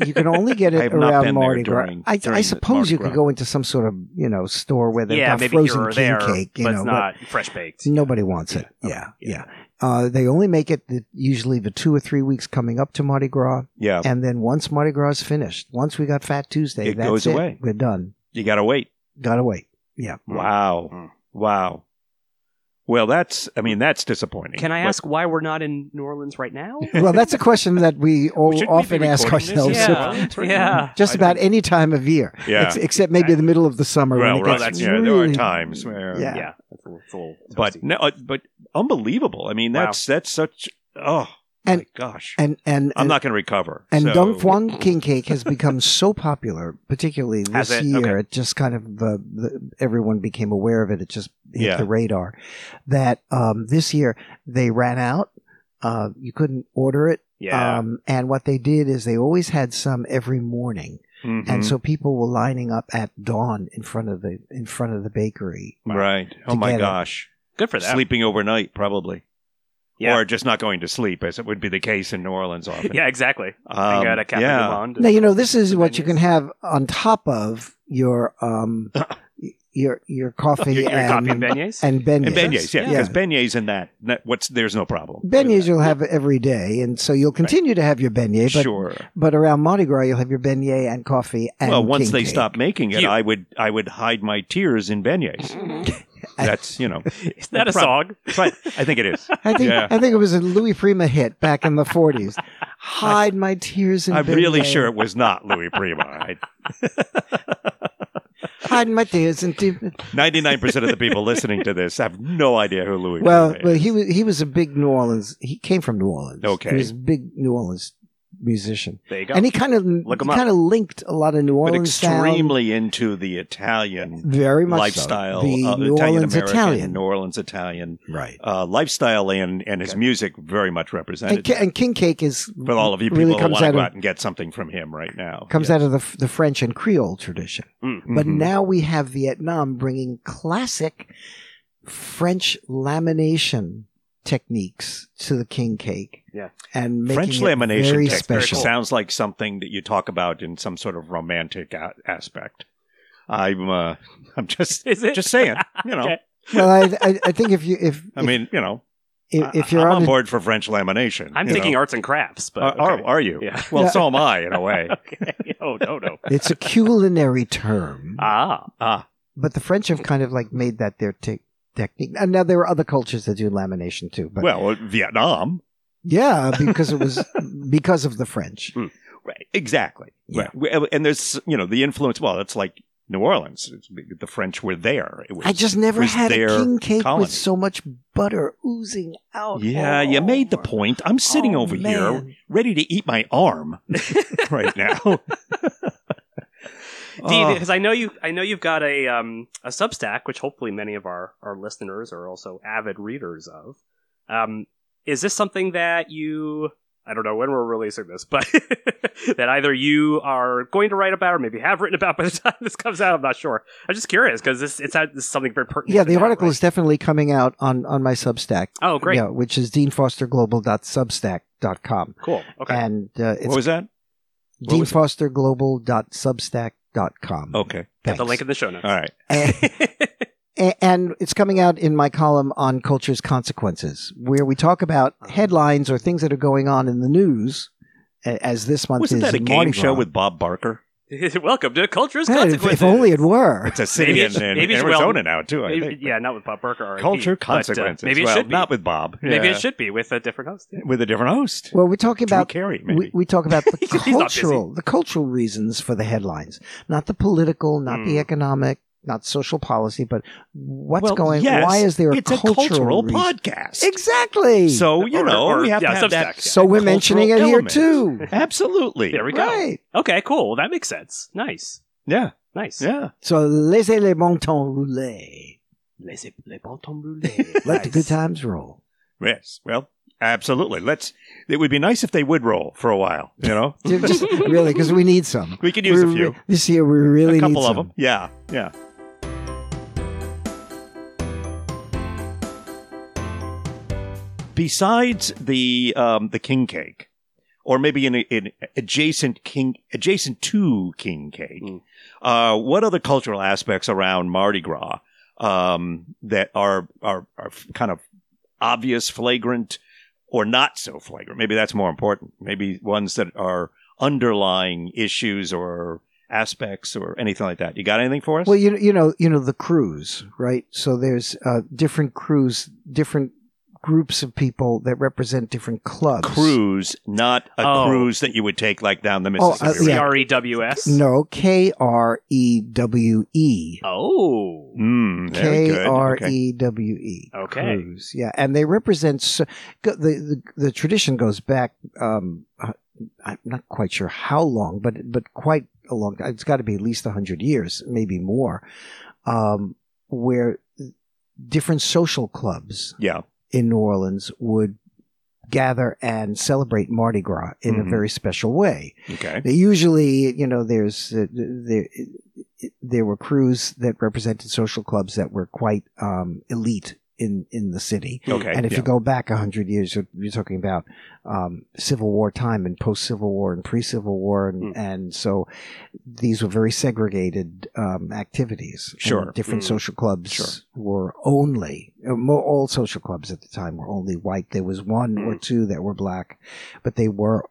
[SPEAKER 2] you can only get
[SPEAKER 1] I
[SPEAKER 2] it
[SPEAKER 1] have not
[SPEAKER 2] around
[SPEAKER 1] been there
[SPEAKER 2] Mardi Gras.
[SPEAKER 1] during-
[SPEAKER 2] I,
[SPEAKER 1] during
[SPEAKER 2] I
[SPEAKER 1] the
[SPEAKER 2] suppose
[SPEAKER 1] Mardi
[SPEAKER 2] you could
[SPEAKER 1] Gras.
[SPEAKER 2] go into some sort of you know store where they've
[SPEAKER 4] yeah,
[SPEAKER 2] got
[SPEAKER 4] maybe
[SPEAKER 2] frozen
[SPEAKER 4] here or
[SPEAKER 2] king
[SPEAKER 4] there,
[SPEAKER 2] cake, you
[SPEAKER 4] but
[SPEAKER 2] know,
[SPEAKER 4] it's
[SPEAKER 2] but
[SPEAKER 4] not fresh baked.
[SPEAKER 2] nobody wants it.
[SPEAKER 4] Yeah.
[SPEAKER 2] Yeah,
[SPEAKER 4] Okay.
[SPEAKER 2] yeah. Uh, they only make it the, usually the two or three weeks coming up to Mardi Gras,
[SPEAKER 1] yeah.
[SPEAKER 2] and then once Mardi Gras is finished, once we got Fat Tuesday,
[SPEAKER 1] It
[SPEAKER 2] that's
[SPEAKER 1] goes
[SPEAKER 2] it.
[SPEAKER 1] away.
[SPEAKER 2] We're done.
[SPEAKER 1] You got to wait.
[SPEAKER 2] Gotta wait.
[SPEAKER 4] Mm.
[SPEAKER 1] Wow.
[SPEAKER 4] Mm.
[SPEAKER 1] Wow. Well, that's, I mean, that's disappointing.
[SPEAKER 4] Can I
[SPEAKER 1] But-
[SPEAKER 4] ask why we're not in New Orleans right now?
[SPEAKER 2] Well, that's a question that we all
[SPEAKER 1] Shouldn't we be
[SPEAKER 2] often ask
[SPEAKER 1] recording this?
[SPEAKER 2] ourselves.
[SPEAKER 4] Yeah. Yeah.
[SPEAKER 2] Just
[SPEAKER 1] I
[SPEAKER 2] about
[SPEAKER 1] think-
[SPEAKER 2] any time of year,
[SPEAKER 1] Yeah.
[SPEAKER 2] ex- except maybe the middle of the summer. when
[SPEAKER 1] well,
[SPEAKER 2] it
[SPEAKER 1] right,
[SPEAKER 2] gets
[SPEAKER 1] that's- yeah, there are
[SPEAKER 2] really-
[SPEAKER 1] times where,
[SPEAKER 2] Yeah.
[SPEAKER 4] It's a little, it's a little
[SPEAKER 1] but
[SPEAKER 4] toasty.
[SPEAKER 1] no, uh, but unbelievable. I mean,
[SPEAKER 4] Wow.
[SPEAKER 1] that's that's such. Oh my
[SPEAKER 2] And-
[SPEAKER 1] gosh,
[SPEAKER 2] And and
[SPEAKER 1] I'm not going to recover.
[SPEAKER 2] And
[SPEAKER 1] so-
[SPEAKER 2] Dong Phuong King Cake has become so popular, particularly
[SPEAKER 1] Has
[SPEAKER 2] this
[SPEAKER 1] it?
[SPEAKER 2] year. It just kind of uh, the, everyone became aware of it. It just hit
[SPEAKER 1] Yeah.
[SPEAKER 2] the radar. That um, this year they ran out. Uh, you couldn't order it.
[SPEAKER 4] yeah,
[SPEAKER 2] Um, and what they did is they always had some every morning,
[SPEAKER 1] Mhm.
[SPEAKER 2] and so people were lining up at dawn in front of the in front of the bakery.
[SPEAKER 1] right. Oh
[SPEAKER 2] To
[SPEAKER 1] my
[SPEAKER 2] get it.
[SPEAKER 1] gosh,
[SPEAKER 4] good for that.
[SPEAKER 1] sleeping overnight probably,
[SPEAKER 4] Yeah.
[SPEAKER 1] or just not going to sleep, as it would be the case in New Orleans often.
[SPEAKER 4] yeah, exactly. I
[SPEAKER 1] um,
[SPEAKER 4] got a Cafe
[SPEAKER 1] yeah.
[SPEAKER 4] Du Monde.
[SPEAKER 2] Now you know this is
[SPEAKER 4] The
[SPEAKER 2] what you
[SPEAKER 4] venues?
[SPEAKER 2] can have on top of your um your your coffee
[SPEAKER 4] Your, your
[SPEAKER 2] and
[SPEAKER 4] copy of beignets.
[SPEAKER 2] and beignets.
[SPEAKER 1] and beignets. Yeah,
[SPEAKER 4] Yeah.
[SPEAKER 1] because beignets in that, that what's there's no problem.
[SPEAKER 2] Beignets you'll have every day, and so you'll continue to have your beignet. But,
[SPEAKER 1] sure.
[SPEAKER 2] but around Mardi Gras, you'll have your beignet and coffee. And
[SPEAKER 1] Well, once
[SPEAKER 2] king
[SPEAKER 1] they
[SPEAKER 2] cake.
[SPEAKER 1] stop making it,
[SPEAKER 4] You-
[SPEAKER 1] I would I would hide my tears in beignets. That's you know,
[SPEAKER 3] is that a song?
[SPEAKER 1] but I think it is.
[SPEAKER 2] I think
[SPEAKER 1] Yeah.
[SPEAKER 2] I think it was a Louis Prima hit back in the forties. Hide my tears in.
[SPEAKER 1] I'm really
[SPEAKER 2] beignet.
[SPEAKER 1] sure it was not Louis Prima. I
[SPEAKER 2] Hide my tears in. deep-
[SPEAKER 1] Ninety-nine percent of the people listening to this have no idea who Louis.
[SPEAKER 2] Well,
[SPEAKER 1] Vuitton
[SPEAKER 2] well,
[SPEAKER 1] is.
[SPEAKER 2] he was he was a big New Orleans. He came from New Orleans.
[SPEAKER 1] Okay.
[SPEAKER 2] he was a big New Orleans musician,
[SPEAKER 4] there you go.
[SPEAKER 2] and he kind of he
[SPEAKER 4] 'em up.
[SPEAKER 2] kind of linked a lot of New
[SPEAKER 1] but
[SPEAKER 2] Orleans sound,
[SPEAKER 1] extremely into the Italian
[SPEAKER 2] very much so.
[SPEAKER 1] lifestyle,
[SPEAKER 2] the
[SPEAKER 1] uh,
[SPEAKER 2] New
[SPEAKER 1] Italian
[SPEAKER 2] Orleans
[SPEAKER 1] American,
[SPEAKER 2] Italian,
[SPEAKER 1] New Orleans Italian
[SPEAKER 2] right?
[SPEAKER 1] uh, lifestyle, and and his
[SPEAKER 4] Okay.
[SPEAKER 1] music very much represented.
[SPEAKER 2] And, ki- and king cake is
[SPEAKER 1] for all of you
[SPEAKER 2] really
[SPEAKER 1] people who
[SPEAKER 2] comes
[SPEAKER 1] want to
[SPEAKER 2] out
[SPEAKER 1] go
[SPEAKER 2] of
[SPEAKER 1] out and get something from him right now,
[SPEAKER 2] comes
[SPEAKER 1] Yes.
[SPEAKER 2] out of the, f- the French and Creole tradition. But
[SPEAKER 1] Mhm.
[SPEAKER 2] now we have Vietnam bringing classic French lamination techniques to the king cake.
[SPEAKER 4] Yeah.
[SPEAKER 2] And making
[SPEAKER 1] French
[SPEAKER 2] it
[SPEAKER 1] lamination
[SPEAKER 2] very
[SPEAKER 1] technique
[SPEAKER 2] special.
[SPEAKER 1] sounds like something that you talk about in some sort of romantic a- aspect. I'm uh, I'm just
[SPEAKER 3] Is it?
[SPEAKER 1] just saying, you know.
[SPEAKER 3] Okay.
[SPEAKER 2] well, I, I, I think if you if
[SPEAKER 1] I mean, you know,
[SPEAKER 2] if,
[SPEAKER 1] I-
[SPEAKER 2] if you're
[SPEAKER 1] I'm
[SPEAKER 2] on,
[SPEAKER 1] on
[SPEAKER 2] a-
[SPEAKER 1] board for French lamination.
[SPEAKER 4] I'm
[SPEAKER 1] you know.
[SPEAKER 4] thinking arts and crafts, but
[SPEAKER 2] Uh,
[SPEAKER 1] Are- are,
[SPEAKER 2] oh,
[SPEAKER 4] okay.
[SPEAKER 1] are you?
[SPEAKER 4] Yeah.
[SPEAKER 1] Well,
[SPEAKER 2] Yeah.
[SPEAKER 1] so am I in a way.
[SPEAKER 4] okay. Oh no no.
[SPEAKER 2] it's a culinary term,
[SPEAKER 4] Ah,
[SPEAKER 1] Ah,
[SPEAKER 2] but the French have kind of like made that their te- technique. And now there are other cultures that do lamination too, but
[SPEAKER 1] well, uh, Vietnam.
[SPEAKER 2] yeah, because it was because of the French.
[SPEAKER 1] Right. Exactly.
[SPEAKER 2] Yeah.
[SPEAKER 1] Right. uh, And there's, you know, the influence. Well, that's like New Orleans. It's, the French were there. It was,
[SPEAKER 2] I just never
[SPEAKER 1] was
[SPEAKER 2] had a
[SPEAKER 1] their
[SPEAKER 2] king cake
[SPEAKER 1] colony.
[SPEAKER 2] with so much butter oozing out.
[SPEAKER 1] Yeah,
[SPEAKER 2] all
[SPEAKER 1] you
[SPEAKER 4] Oh,
[SPEAKER 1] made the
[SPEAKER 2] over.
[SPEAKER 1] point. I'm sitting
[SPEAKER 2] Oh,
[SPEAKER 1] over here
[SPEAKER 2] man.
[SPEAKER 1] ready to eat my arm right now.
[SPEAKER 2] Ah.
[SPEAKER 1] Oh,
[SPEAKER 4] because I know you. I know you've got a um a Substack, which hopefully many of our our listeners are also avid readers of. Um, is this something that you I don't know when we're releasing this, but that either you are going to write about or maybe have written about by the time this comes out. I'm not sure. I'm just curious because this it's had- this is something very pertinent.
[SPEAKER 2] Yeah,
[SPEAKER 4] to
[SPEAKER 2] the
[SPEAKER 4] now,
[SPEAKER 2] article
[SPEAKER 4] right?
[SPEAKER 2] is definitely coming out on on my Substack.
[SPEAKER 4] Oh, great,
[SPEAKER 2] Yeah, which is deanfosterglobal.substack.com.
[SPEAKER 4] cool. Okay,
[SPEAKER 2] And uh, it's
[SPEAKER 1] What was that? what was it? Oh,
[SPEAKER 2] deanfosterglobal.substack.com.
[SPEAKER 1] Okay.
[SPEAKER 4] Got the link in the show notes.
[SPEAKER 1] All right.
[SPEAKER 2] and, and it's coming out in my column on culture's consequences, where we talk about headlines or things that are going on in the news. a- As this month
[SPEAKER 1] Wasn't
[SPEAKER 2] is
[SPEAKER 1] that a
[SPEAKER 2] in
[SPEAKER 1] game
[SPEAKER 2] Mardi
[SPEAKER 1] show
[SPEAKER 2] Gras.
[SPEAKER 1] with Bob Barker?
[SPEAKER 4] Welcome to Culture's
[SPEAKER 2] Yeah, if,
[SPEAKER 4] Consequences.
[SPEAKER 2] if only it were.
[SPEAKER 1] It's a city
[SPEAKER 4] Maybe
[SPEAKER 1] in,
[SPEAKER 4] it's-
[SPEAKER 1] in
[SPEAKER 4] maybe it's well-
[SPEAKER 1] Arizona now, too, I
[SPEAKER 4] Maybe-
[SPEAKER 1] think.
[SPEAKER 4] yeah, not with Bob Burke or
[SPEAKER 1] Culture
[SPEAKER 4] RIP, but, uh,
[SPEAKER 1] consequences.
[SPEAKER 4] maybe it
[SPEAKER 1] well,
[SPEAKER 4] should be.
[SPEAKER 1] not with Bob.
[SPEAKER 4] Maybe
[SPEAKER 1] Yeah.
[SPEAKER 4] it should be with a different host. yeah.
[SPEAKER 1] With a different host.
[SPEAKER 2] Well, we're talking
[SPEAKER 1] Drew
[SPEAKER 2] about
[SPEAKER 1] Carey,
[SPEAKER 2] we,
[SPEAKER 1] maybe.
[SPEAKER 2] we talk about the
[SPEAKER 4] He's not busy.
[SPEAKER 2] cultural, the cultural reasons for the headlines, not the political, not the
[SPEAKER 4] Hmm.
[SPEAKER 2] economic, not social policy, but what's
[SPEAKER 1] Well,
[SPEAKER 2] going.
[SPEAKER 1] yes,
[SPEAKER 2] why is there
[SPEAKER 1] it's
[SPEAKER 2] a cultural, reason?
[SPEAKER 1] podcast?
[SPEAKER 2] Exactly.
[SPEAKER 1] So you
[SPEAKER 4] Or-
[SPEAKER 1] know
[SPEAKER 4] or-
[SPEAKER 1] we have
[SPEAKER 4] yeah,
[SPEAKER 1] to have that.
[SPEAKER 4] Substack, yeah.
[SPEAKER 2] so we're mentioning it
[SPEAKER 1] cultural
[SPEAKER 2] here
[SPEAKER 1] element.
[SPEAKER 2] too.
[SPEAKER 1] Absolutely.
[SPEAKER 4] There we go.
[SPEAKER 2] right.
[SPEAKER 4] Okay, cool. Well, that makes sense. Nice,
[SPEAKER 1] Yeah.
[SPEAKER 4] nice.
[SPEAKER 1] Yeah.
[SPEAKER 2] So laissez les bons temps rouler.
[SPEAKER 4] Les, les bon temps brûlés.
[SPEAKER 2] Let the
[SPEAKER 4] Nice.
[SPEAKER 2] good times roll.
[SPEAKER 1] Yes. Well, absolutely. Let's. It would be nice if they would roll for a while. You know,
[SPEAKER 2] Just, really, because we need some.
[SPEAKER 1] we could use a
[SPEAKER 2] We're
[SPEAKER 1] few,
[SPEAKER 2] re- this year, we really
[SPEAKER 1] a couple
[SPEAKER 2] need
[SPEAKER 1] of
[SPEAKER 2] some.
[SPEAKER 1] them. Yeah. Yeah. Besides the um, the king cake, or maybe an, an adjacent king adjacent to king cake,
[SPEAKER 4] Mm.
[SPEAKER 1] uh, what other cultural aspects around Mardi Gras um, that are are are kind of obvious, flagrant, or not so flagrant? Maybe that's more important. Maybe ones that are underlying issues or aspects or anything like that. You got anything for us?
[SPEAKER 2] Well, you you know you know the crews, right? So there's uh, different crews, different groups of people that represent different clubs.
[SPEAKER 1] cruise, not a
[SPEAKER 4] Oh.
[SPEAKER 1] cruise that you would take like down the
[SPEAKER 2] Oh,
[SPEAKER 1] Mississippi.
[SPEAKER 2] uh,
[SPEAKER 1] River.
[SPEAKER 4] C R E W S.
[SPEAKER 2] No, K R E W E.
[SPEAKER 4] Oh.
[SPEAKER 1] Mm, very good.
[SPEAKER 2] K R
[SPEAKER 1] Okay.
[SPEAKER 2] E W E.
[SPEAKER 4] Okay.
[SPEAKER 2] Crews. Yeah, and they represent so, go- the, the the tradition goes back. Um, uh, I'm not quite sure how long, but but quite a long. It's got to be at least hundred years, maybe more. Um, where different social clubs
[SPEAKER 1] Yeah.
[SPEAKER 2] in New Orleans would gather and celebrate Mardi Gras in
[SPEAKER 1] Mhm.
[SPEAKER 2] a very special way.
[SPEAKER 1] Okay.
[SPEAKER 2] They usually, you know, there's uh, there there were crews that represented social clubs that were quite um, elite in in the city.
[SPEAKER 1] Okay.
[SPEAKER 2] And if
[SPEAKER 1] yeah.
[SPEAKER 2] you go back hundred years, you're, you're talking about um, Civil War time and post Civil War and pre Civil War,
[SPEAKER 1] Hmm.
[SPEAKER 2] and, and so these were very segregated um, activities. And
[SPEAKER 1] Sure. Hmm.
[SPEAKER 2] different
[SPEAKER 4] Mm.
[SPEAKER 2] social clubs
[SPEAKER 1] Sure.
[SPEAKER 2] were only uh, mo all social clubs at the time were only white. There was one
[SPEAKER 1] Hmm.
[SPEAKER 2] or two that were black, but they were.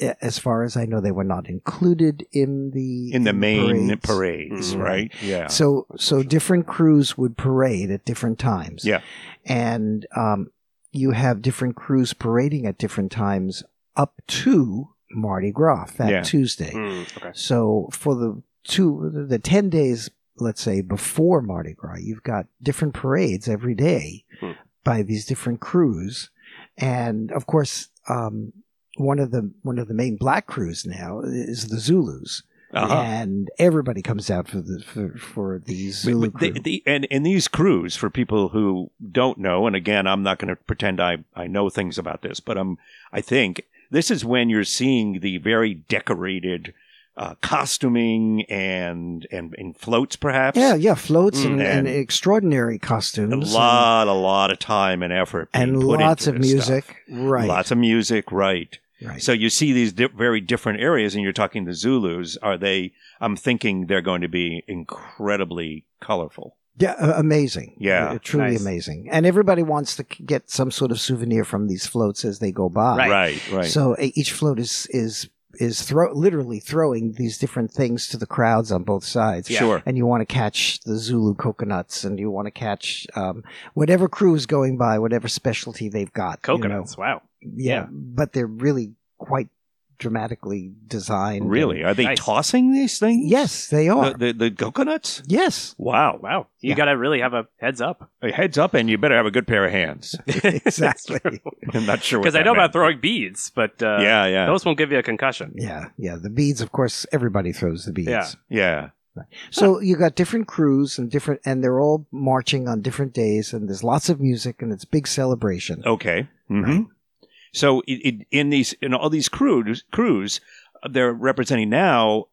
[SPEAKER 2] eh, As far as I know, they were not included in the
[SPEAKER 1] in the main
[SPEAKER 2] parades.
[SPEAKER 1] parades,
[SPEAKER 4] Mhm.
[SPEAKER 1] right? Yeah.
[SPEAKER 2] So, so different crews would parade at different times.
[SPEAKER 1] Yeah.
[SPEAKER 2] and um, you have different crews parading at different times up to Mardi Gras that
[SPEAKER 1] Yeah.
[SPEAKER 2] Tuesday.
[SPEAKER 4] Mm, okay.
[SPEAKER 2] So for the two, the ten days, let's say before Mardi Gras, you've got different parades every day
[SPEAKER 1] Mm.
[SPEAKER 4] Hmm.
[SPEAKER 2] by these different crews, and of course, um, one of the one of the main black crews now is the Zulus,
[SPEAKER 1] uh-huh.
[SPEAKER 2] and everybody comes out for the for, for the Zulu
[SPEAKER 1] But the-
[SPEAKER 2] crew.
[SPEAKER 1] the- and, and these crews, for people who don't know, and again, I'm not going to pretend I, I know things about this, but I'm, I think this is when you're seeing the very decorated uh, costuming and, and, and floats, perhaps.
[SPEAKER 2] yeah, yeah, floats and,
[SPEAKER 1] Mm,
[SPEAKER 2] and
[SPEAKER 1] and-
[SPEAKER 2] extraordinary costumes,
[SPEAKER 1] A
[SPEAKER 2] and-
[SPEAKER 1] lot, a lot of time and effort. being
[SPEAKER 2] and,
[SPEAKER 1] put
[SPEAKER 2] lots
[SPEAKER 1] into
[SPEAKER 2] of
[SPEAKER 1] this
[SPEAKER 2] music,
[SPEAKER 1] stuff.
[SPEAKER 2] right?
[SPEAKER 1] Lots of music, right.
[SPEAKER 2] right.
[SPEAKER 1] So you see these di- very different areas, and you're talking the Zulus. Are they? I'm thinking they're going to be incredibly colorful.
[SPEAKER 2] Yeah, uh, amazing.
[SPEAKER 1] Yeah.
[SPEAKER 2] Uh, truly
[SPEAKER 4] Nice.
[SPEAKER 2] amazing. And everybody wants to c- get some sort of souvenir from these floats as they go by.
[SPEAKER 4] Right.
[SPEAKER 1] right. right.
[SPEAKER 2] So uh, each float is is is throw literally throwing these different things to the crowds on both sides.
[SPEAKER 4] Yeah.
[SPEAKER 1] Sure.
[SPEAKER 2] And you want to catch the Zulu coconuts, and you want to catch um, whatever crew is going by, whatever specialty they've got. you know.
[SPEAKER 4] Coconuts. Wow.
[SPEAKER 2] Yeah,
[SPEAKER 4] Yeah.
[SPEAKER 2] but they're really quite dramatically designed.
[SPEAKER 1] Really, are they
[SPEAKER 4] Nice.
[SPEAKER 1] tossing these things?
[SPEAKER 2] Yes, they are.
[SPEAKER 1] The, the, the coconuts.
[SPEAKER 2] yes.
[SPEAKER 1] Wow.
[SPEAKER 4] Wow. You
[SPEAKER 2] Yeah.
[SPEAKER 4] got to really have a heads up.
[SPEAKER 1] Hey, heads up, and you better have a good pair of hands.
[SPEAKER 2] Exactly.
[SPEAKER 1] I'm not sure what
[SPEAKER 4] Because I
[SPEAKER 1] that
[SPEAKER 4] know
[SPEAKER 1] meant.
[SPEAKER 4] about throwing beads, but uh,
[SPEAKER 1] yeah, yeah,
[SPEAKER 4] those won't give you a concussion.
[SPEAKER 2] Yeah, yeah. The beads, of course, everybody throws the beads.
[SPEAKER 4] Yeah.
[SPEAKER 1] yeah.
[SPEAKER 2] So you got different crews and different, and they're all
[SPEAKER 1] Oh,
[SPEAKER 2] marching on different days, and there's lots of music, and it's big celebration.
[SPEAKER 1] Okay. hmm
[SPEAKER 2] Right.
[SPEAKER 1] So it, it, in these in all these crews crews uh, they're representing now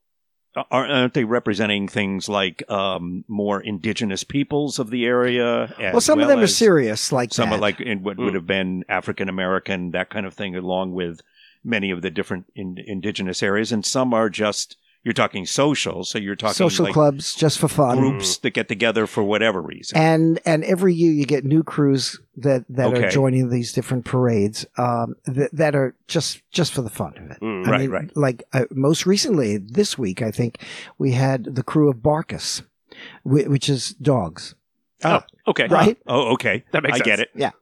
[SPEAKER 1] uh, aren't aren't they representing things like um, more indigenous peoples of the area? as
[SPEAKER 2] well, some of them are
[SPEAKER 1] as
[SPEAKER 2] serious, like
[SPEAKER 1] Some
[SPEAKER 2] that.
[SPEAKER 1] are like in what
[SPEAKER 4] Mm.
[SPEAKER 1] would have been African American, that kind of thing, along with many of the different in, indigenous areas, and some are just you're talking social, so you're talking
[SPEAKER 2] social
[SPEAKER 1] like
[SPEAKER 2] clubs just for
[SPEAKER 4] Mm.
[SPEAKER 2] fun.
[SPEAKER 1] groups that get together for whatever reason.
[SPEAKER 2] and and every year you get new crews that that
[SPEAKER 1] Okay.
[SPEAKER 2] are joining these different parades um, th- that are just just for the fun of it.
[SPEAKER 4] Mm.
[SPEAKER 2] I
[SPEAKER 1] Right,
[SPEAKER 2] mean,
[SPEAKER 1] right.
[SPEAKER 2] Like uh, most recently this week, I think we had the crew of Barkus, whi- which is dogs,
[SPEAKER 4] Oh, okay.
[SPEAKER 2] right?
[SPEAKER 1] oh, okay,
[SPEAKER 4] That makes
[SPEAKER 1] I get
[SPEAKER 4] sense.
[SPEAKER 1] it.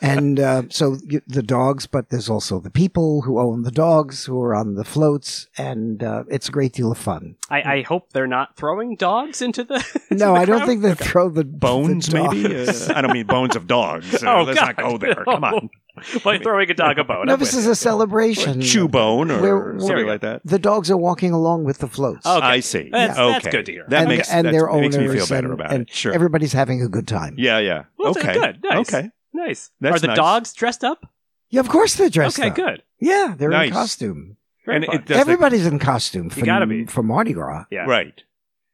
[SPEAKER 2] and uh, so you, the dogs, but there's also the people who own the dogs who are on the floats, and uh, it's a great deal of fun.
[SPEAKER 4] I, I hope they're not throwing dogs into the. into
[SPEAKER 2] Hmm. No,
[SPEAKER 4] the
[SPEAKER 2] I don't
[SPEAKER 4] crowd.
[SPEAKER 2] think they throw the
[SPEAKER 1] Bones,
[SPEAKER 2] the dogs.
[SPEAKER 1] maybe. Uh, I don't mean bones of dogs. Uh,
[SPEAKER 4] Oh,
[SPEAKER 1] let's not
[SPEAKER 4] God.
[SPEAKER 1] go there. Come on,
[SPEAKER 4] By throwing a dog a
[SPEAKER 1] Oh,
[SPEAKER 4] bone.
[SPEAKER 2] No,
[SPEAKER 4] I'm
[SPEAKER 2] this
[SPEAKER 4] with
[SPEAKER 2] is a celebration.
[SPEAKER 1] chew bone or
[SPEAKER 2] We're-
[SPEAKER 1] something
[SPEAKER 4] we're-
[SPEAKER 1] like that.
[SPEAKER 2] the dogs are walking along with the floats.
[SPEAKER 4] Okay.
[SPEAKER 1] I see.
[SPEAKER 4] That's-
[SPEAKER 1] okay.
[SPEAKER 4] that's good to hear.
[SPEAKER 1] That
[SPEAKER 2] and,
[SPEAKER 1] makes
[SPEAKER 2] and
[SPEAKER 1] that
[SPEAKER 2] their
[SPEAKER 1] makes
[SPEAKER 2] owners
[SPEAKER 1] me feel better
[SPEAKER 2] and-
[SPEAKER 1] about
[SPEAKER 2] and
[SPEAKER 1] it. Sure.
[SPEAKER 2] Everybody's having a good time.
[SPEAKER 1] yeah, yeah.
[SPEAKER 4] Well, that's
[SPEAKER 1] okay.
[SPEAKER 4] good. Nice.
[SPEAKER 1] Okay.
[SPEAKER 4] you. nice.
[SPEAKER 1] That's
[SPEAKER 4] Are the
[SPEAKER 1] nice.
[SPEAKER 4] dogs dressed up?
[SPEAKER 2] Yeah, of course they're dressed
[SPEAKER 4] okay,
[SPEAKER 2] up.
[SPEAKER 4] good.
[SPEAKER 2] Yeah, they're
[SPEAKER 1] Nice.
[SPEAKER 2] in costume.
[SPEAKER 4] Very
[SPEAKER 1] And
[SPEAKER 4] fun.
[SPEAKER 1] it does the-
[SPEAKER 2] Everybody's in costume. For,
[SPEAKER 4] gotta be.
[SPEAKER 2] for Mardi Gras.
[SPEAKER 4] yeah.
[SPEAKER 1] Right.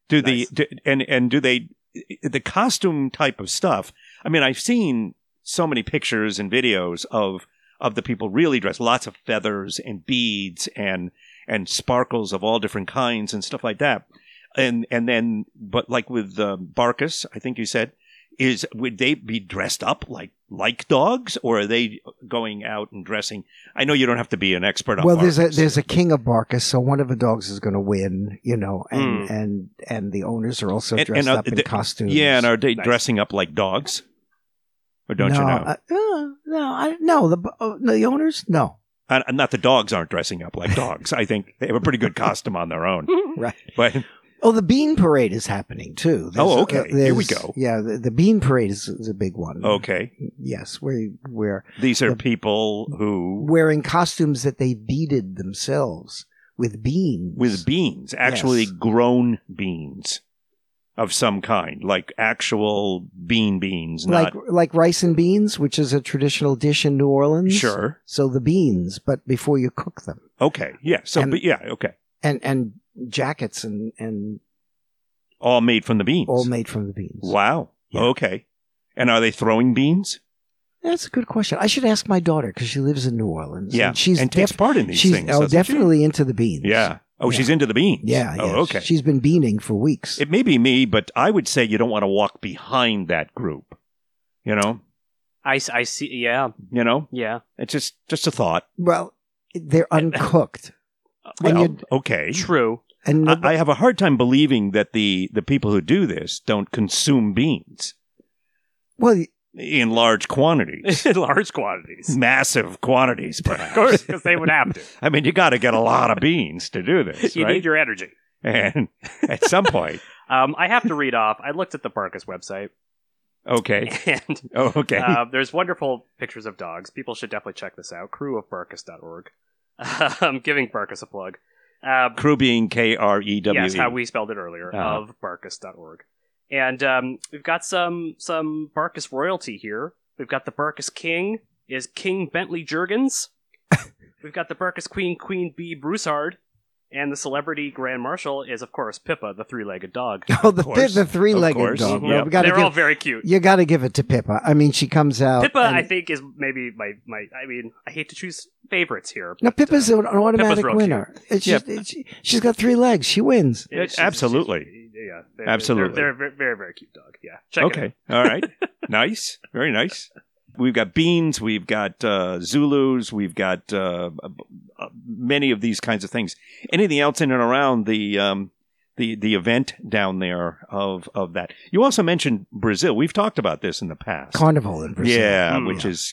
[SPEAKER 1] Do
[SPEAKER 4] Nice.
[SPEAKER 1] the do, and and do they the costume type of stuff? I mean, I've seen so many pictures and videos of of the people really dressed, lots of feathers and beads and and sparkles of all different kinds and stuff like that. And and then, but like with um, Barkus, I think you said, is would they be dressed up like like dogs, or are they going out and dressing? I know you don't have to be an expert on.
[SPEAKER 2] Well, there's a
[SPEAKER 1] Barkus.
[SPEAKER 2] there's a king of Barkus, so one of the dogs is going to win, you know, and and and the owners are also
[SPEAKER 1] Hmm. And-
[SPEAKER 2] dressed
[SPEAKER 1] and, uh,
[SPEAKER 2] up in
[SPEAKER 1] the-
[SPEAKER 2] costumes.
[SPEAKER 1] Yeah, and are they
[SPEAKER 4] Nice.
[SPEAKER 1] dressing up like dogs? Or don't
[SPEAKER 2] no,
[SPEAKER 1] you know?
[SPEAKER 2] uh, uh, no, I, no, the uh, the owners, no.
[SPEAKER 1] And- and not the dogs aren't dressing up like dogs. I think they have a pretty good costume on their own.
[SPEAKER 2] Right.
[SPEAKER 1] But
[SPEAKER 2] Oh, the bean parade is happening too.
[SPEAKER 1] Oh,
[SPEAKER 2] uh,
[SPEAKER 1] okay. Here we
[SPEAKER 2] there's-
[SPEAKER 1] go.
[SPEAKER 2] Yeah, the, the bean parade is, is a big one.
[SPEAKER 1] okay,
[SPEAKER 2] Yes, we we're
[SPEAKER 1] these are
[SPEAKER 2] The-
[SPEAKER 1] people who
[SPEAKER 2] wearing costumes that they beaded themselves with beans.
[SPEAKER 1] with beans, actually
[SPEAKER 2] Yes.
[SPEAKER 1] grown beans of some kind, like actual bean beans,
[SPEAKER 2] like
[SPEAKER 1] not
[SPEAKER 2] like rice and beans, which is a traditional dish in New Orleans.
[SPEAKER 1] sure.
[SPEAKER 2] So the beans, but before you cook them,
[SPEAKER 1] Okay, yeah. So,
[SPEAKER 2] And-
[SPEAKER 1] but yeah, okay.
[SPEAKER 2] and and jackets and and
[SPEAKER 1] All made from the beans.
[SPEAKER 2] all made from the beans.
[SPEAKER 1] Wow.
[SPEAKER 2] Yeah.
[SPEAKER 1] Okay. And are they throwing beans?
[SPEAKER 2] That's a good question. I should ask my daughter because she lives in New Orleans.
[SPEAKER 1] Yeah,
[SPEAKER 2] and she's
[SPEAKER 1] and takes
[SPEAKER 2] def-
[SPEAKER 1] part in these
[SPEAKER 2] she's
[SPEAKER 1] things.
[SPEAKER 2] oh,
[SPEAKER 1] doesn't she?
[SPEAKER 2] definitely into the beans.
[SPEAKER 1] Yeah. Oh,
[SPEAKER 2] Yeah.
[SPEAKER 1] she's into the beans.
[SPEAKER 2] yeah,
[SPEAKER 1] Oh,
[SPEAKER 2] yeah.
[SPEAKER 1] okay.
[SPEAKER 2] She's been beaning for weeks.
[SPEAKER 1] It may be me, but I would say you don't want to walk behind that group. You know,
[SPEAKER 4] I, s- I see. Yeah.
[SPEAKER 1] you know,
[SPEAKER 4] Yeah.
[SPEAKER 1] it's just just a thought.
[SPEAKER 2] well, they're uncooked, And
[SPEAKER 1] Well,
[SPEAKER 2] you'd-
[SPEAKER 1] okay.
[SPEAKER 4] Uh, True.
[SPEAKER 2] and
[SPEAKER 1] I,
[SPEAKER 2] nobody-
[SPEAKER 1] I have a hard time believing that the the people who do this don't consume beans
[SPEAKER 2] well,
[SPEAKER 1] in large quantities,
[SPEAKER 4] In large quantities.
[SPEAKER 1] massive quantities,
[SPEAKER 4] Of course,
[SPEAKER 1] perhaps.
[SPEAKER 4] because they would have to.
[SPEAKER 1] I mean, you got to get a lot of beans to do this,
[SPEAKER 4] You
[SPEAKER 1] right?
[SPEAKER 4] need your energy.
[SPEAKER 1] and at some point,
[SPEAKER 4] Um, I have to read off. I looked at the Barkus website,
[SPEAKER 1] okay,
[SPEAKER 4] and
[SPEAKER 1] oh, okay,
[SPEAKER 4] Um, there's wonderful pictures of dogs. People should definitely check this out. Crew of Barkus.org. I'm Um, giving Barkus a plug. Uh,
[SPEAKER 1] crew being K R E W.
[SPEAKER 4] yes, how we spelled it earlier,
[SPEAKER 1] Uh-huh.
[SPEAKER 4] of Barkus.org. And um, we've got some some Barkus royalty here. We've got the Barkus King is King Bentley Jurgens. we've got the Barkus Queen, Queen Bee Broussard. And the celebrity Grand Marshal is, of course, Pippa, the three-legged dog. Mm-hmm.
[SPEAKER 2] oh, the,
[SPEAKER 1] course,
[SPEAKER 2] the three-legged
[SPEAKER 1] of course.
[SPEAKER 2] dog.
[SPEAKER 1] Mhm.
[SPEAKER 2] No,
[SPEAKER 1] Yep.
[SPEAKER 2] we gotta
[SPEAKER 4] They're
[SPEAKER 2] give-
[SPEAKER 4] all very cute.
[SPEAKER 2] You got to give it to Pippa. I mean, she comes out.
[SPEAKER 4] Pippa,
[SPEAKER 2] and-
[SPEAKER 4] I think, is maybe my my. I mean, I hate to choose favorites here.
[SPEAKER 2] No,
[SPEAKER 4] but,
[SPEAKER 2] Pippa's
[SPEAKER 4] uh,
[SPEAKER 2] an an automatic
[SPEAKER 4] real
[SPEAKER 2] winner. It's
[SPEAKER 1] Yeah.
[SPEAKER 2] just, it's, she's got three legs. She wins.
[SPEAKER 4] yeah, she's-
[SPEAKER 1] Absolutely.
[SPEAKER 4] she's- yeah, they're- they're,
[SPEAKER 1] Absolutely.
[SPEAKER 4] They're, a ve- very very cute dog. Yeah, check it
[SPEAKER 1] okay. All right. nice. Very nice. We've got beans. We've got uh, Zulus. We've got uh, uh, many of these kinds of things. Anything else in and around the um, the the event down there of of that? You also mentioned Brazil. We've talked about this in the past.
[SPEAKER 2] Carnival in Brazil.
[SPEAKER 1] Yeah,
[SPEAKER 4] Mm.
[SPEAKER 1] which is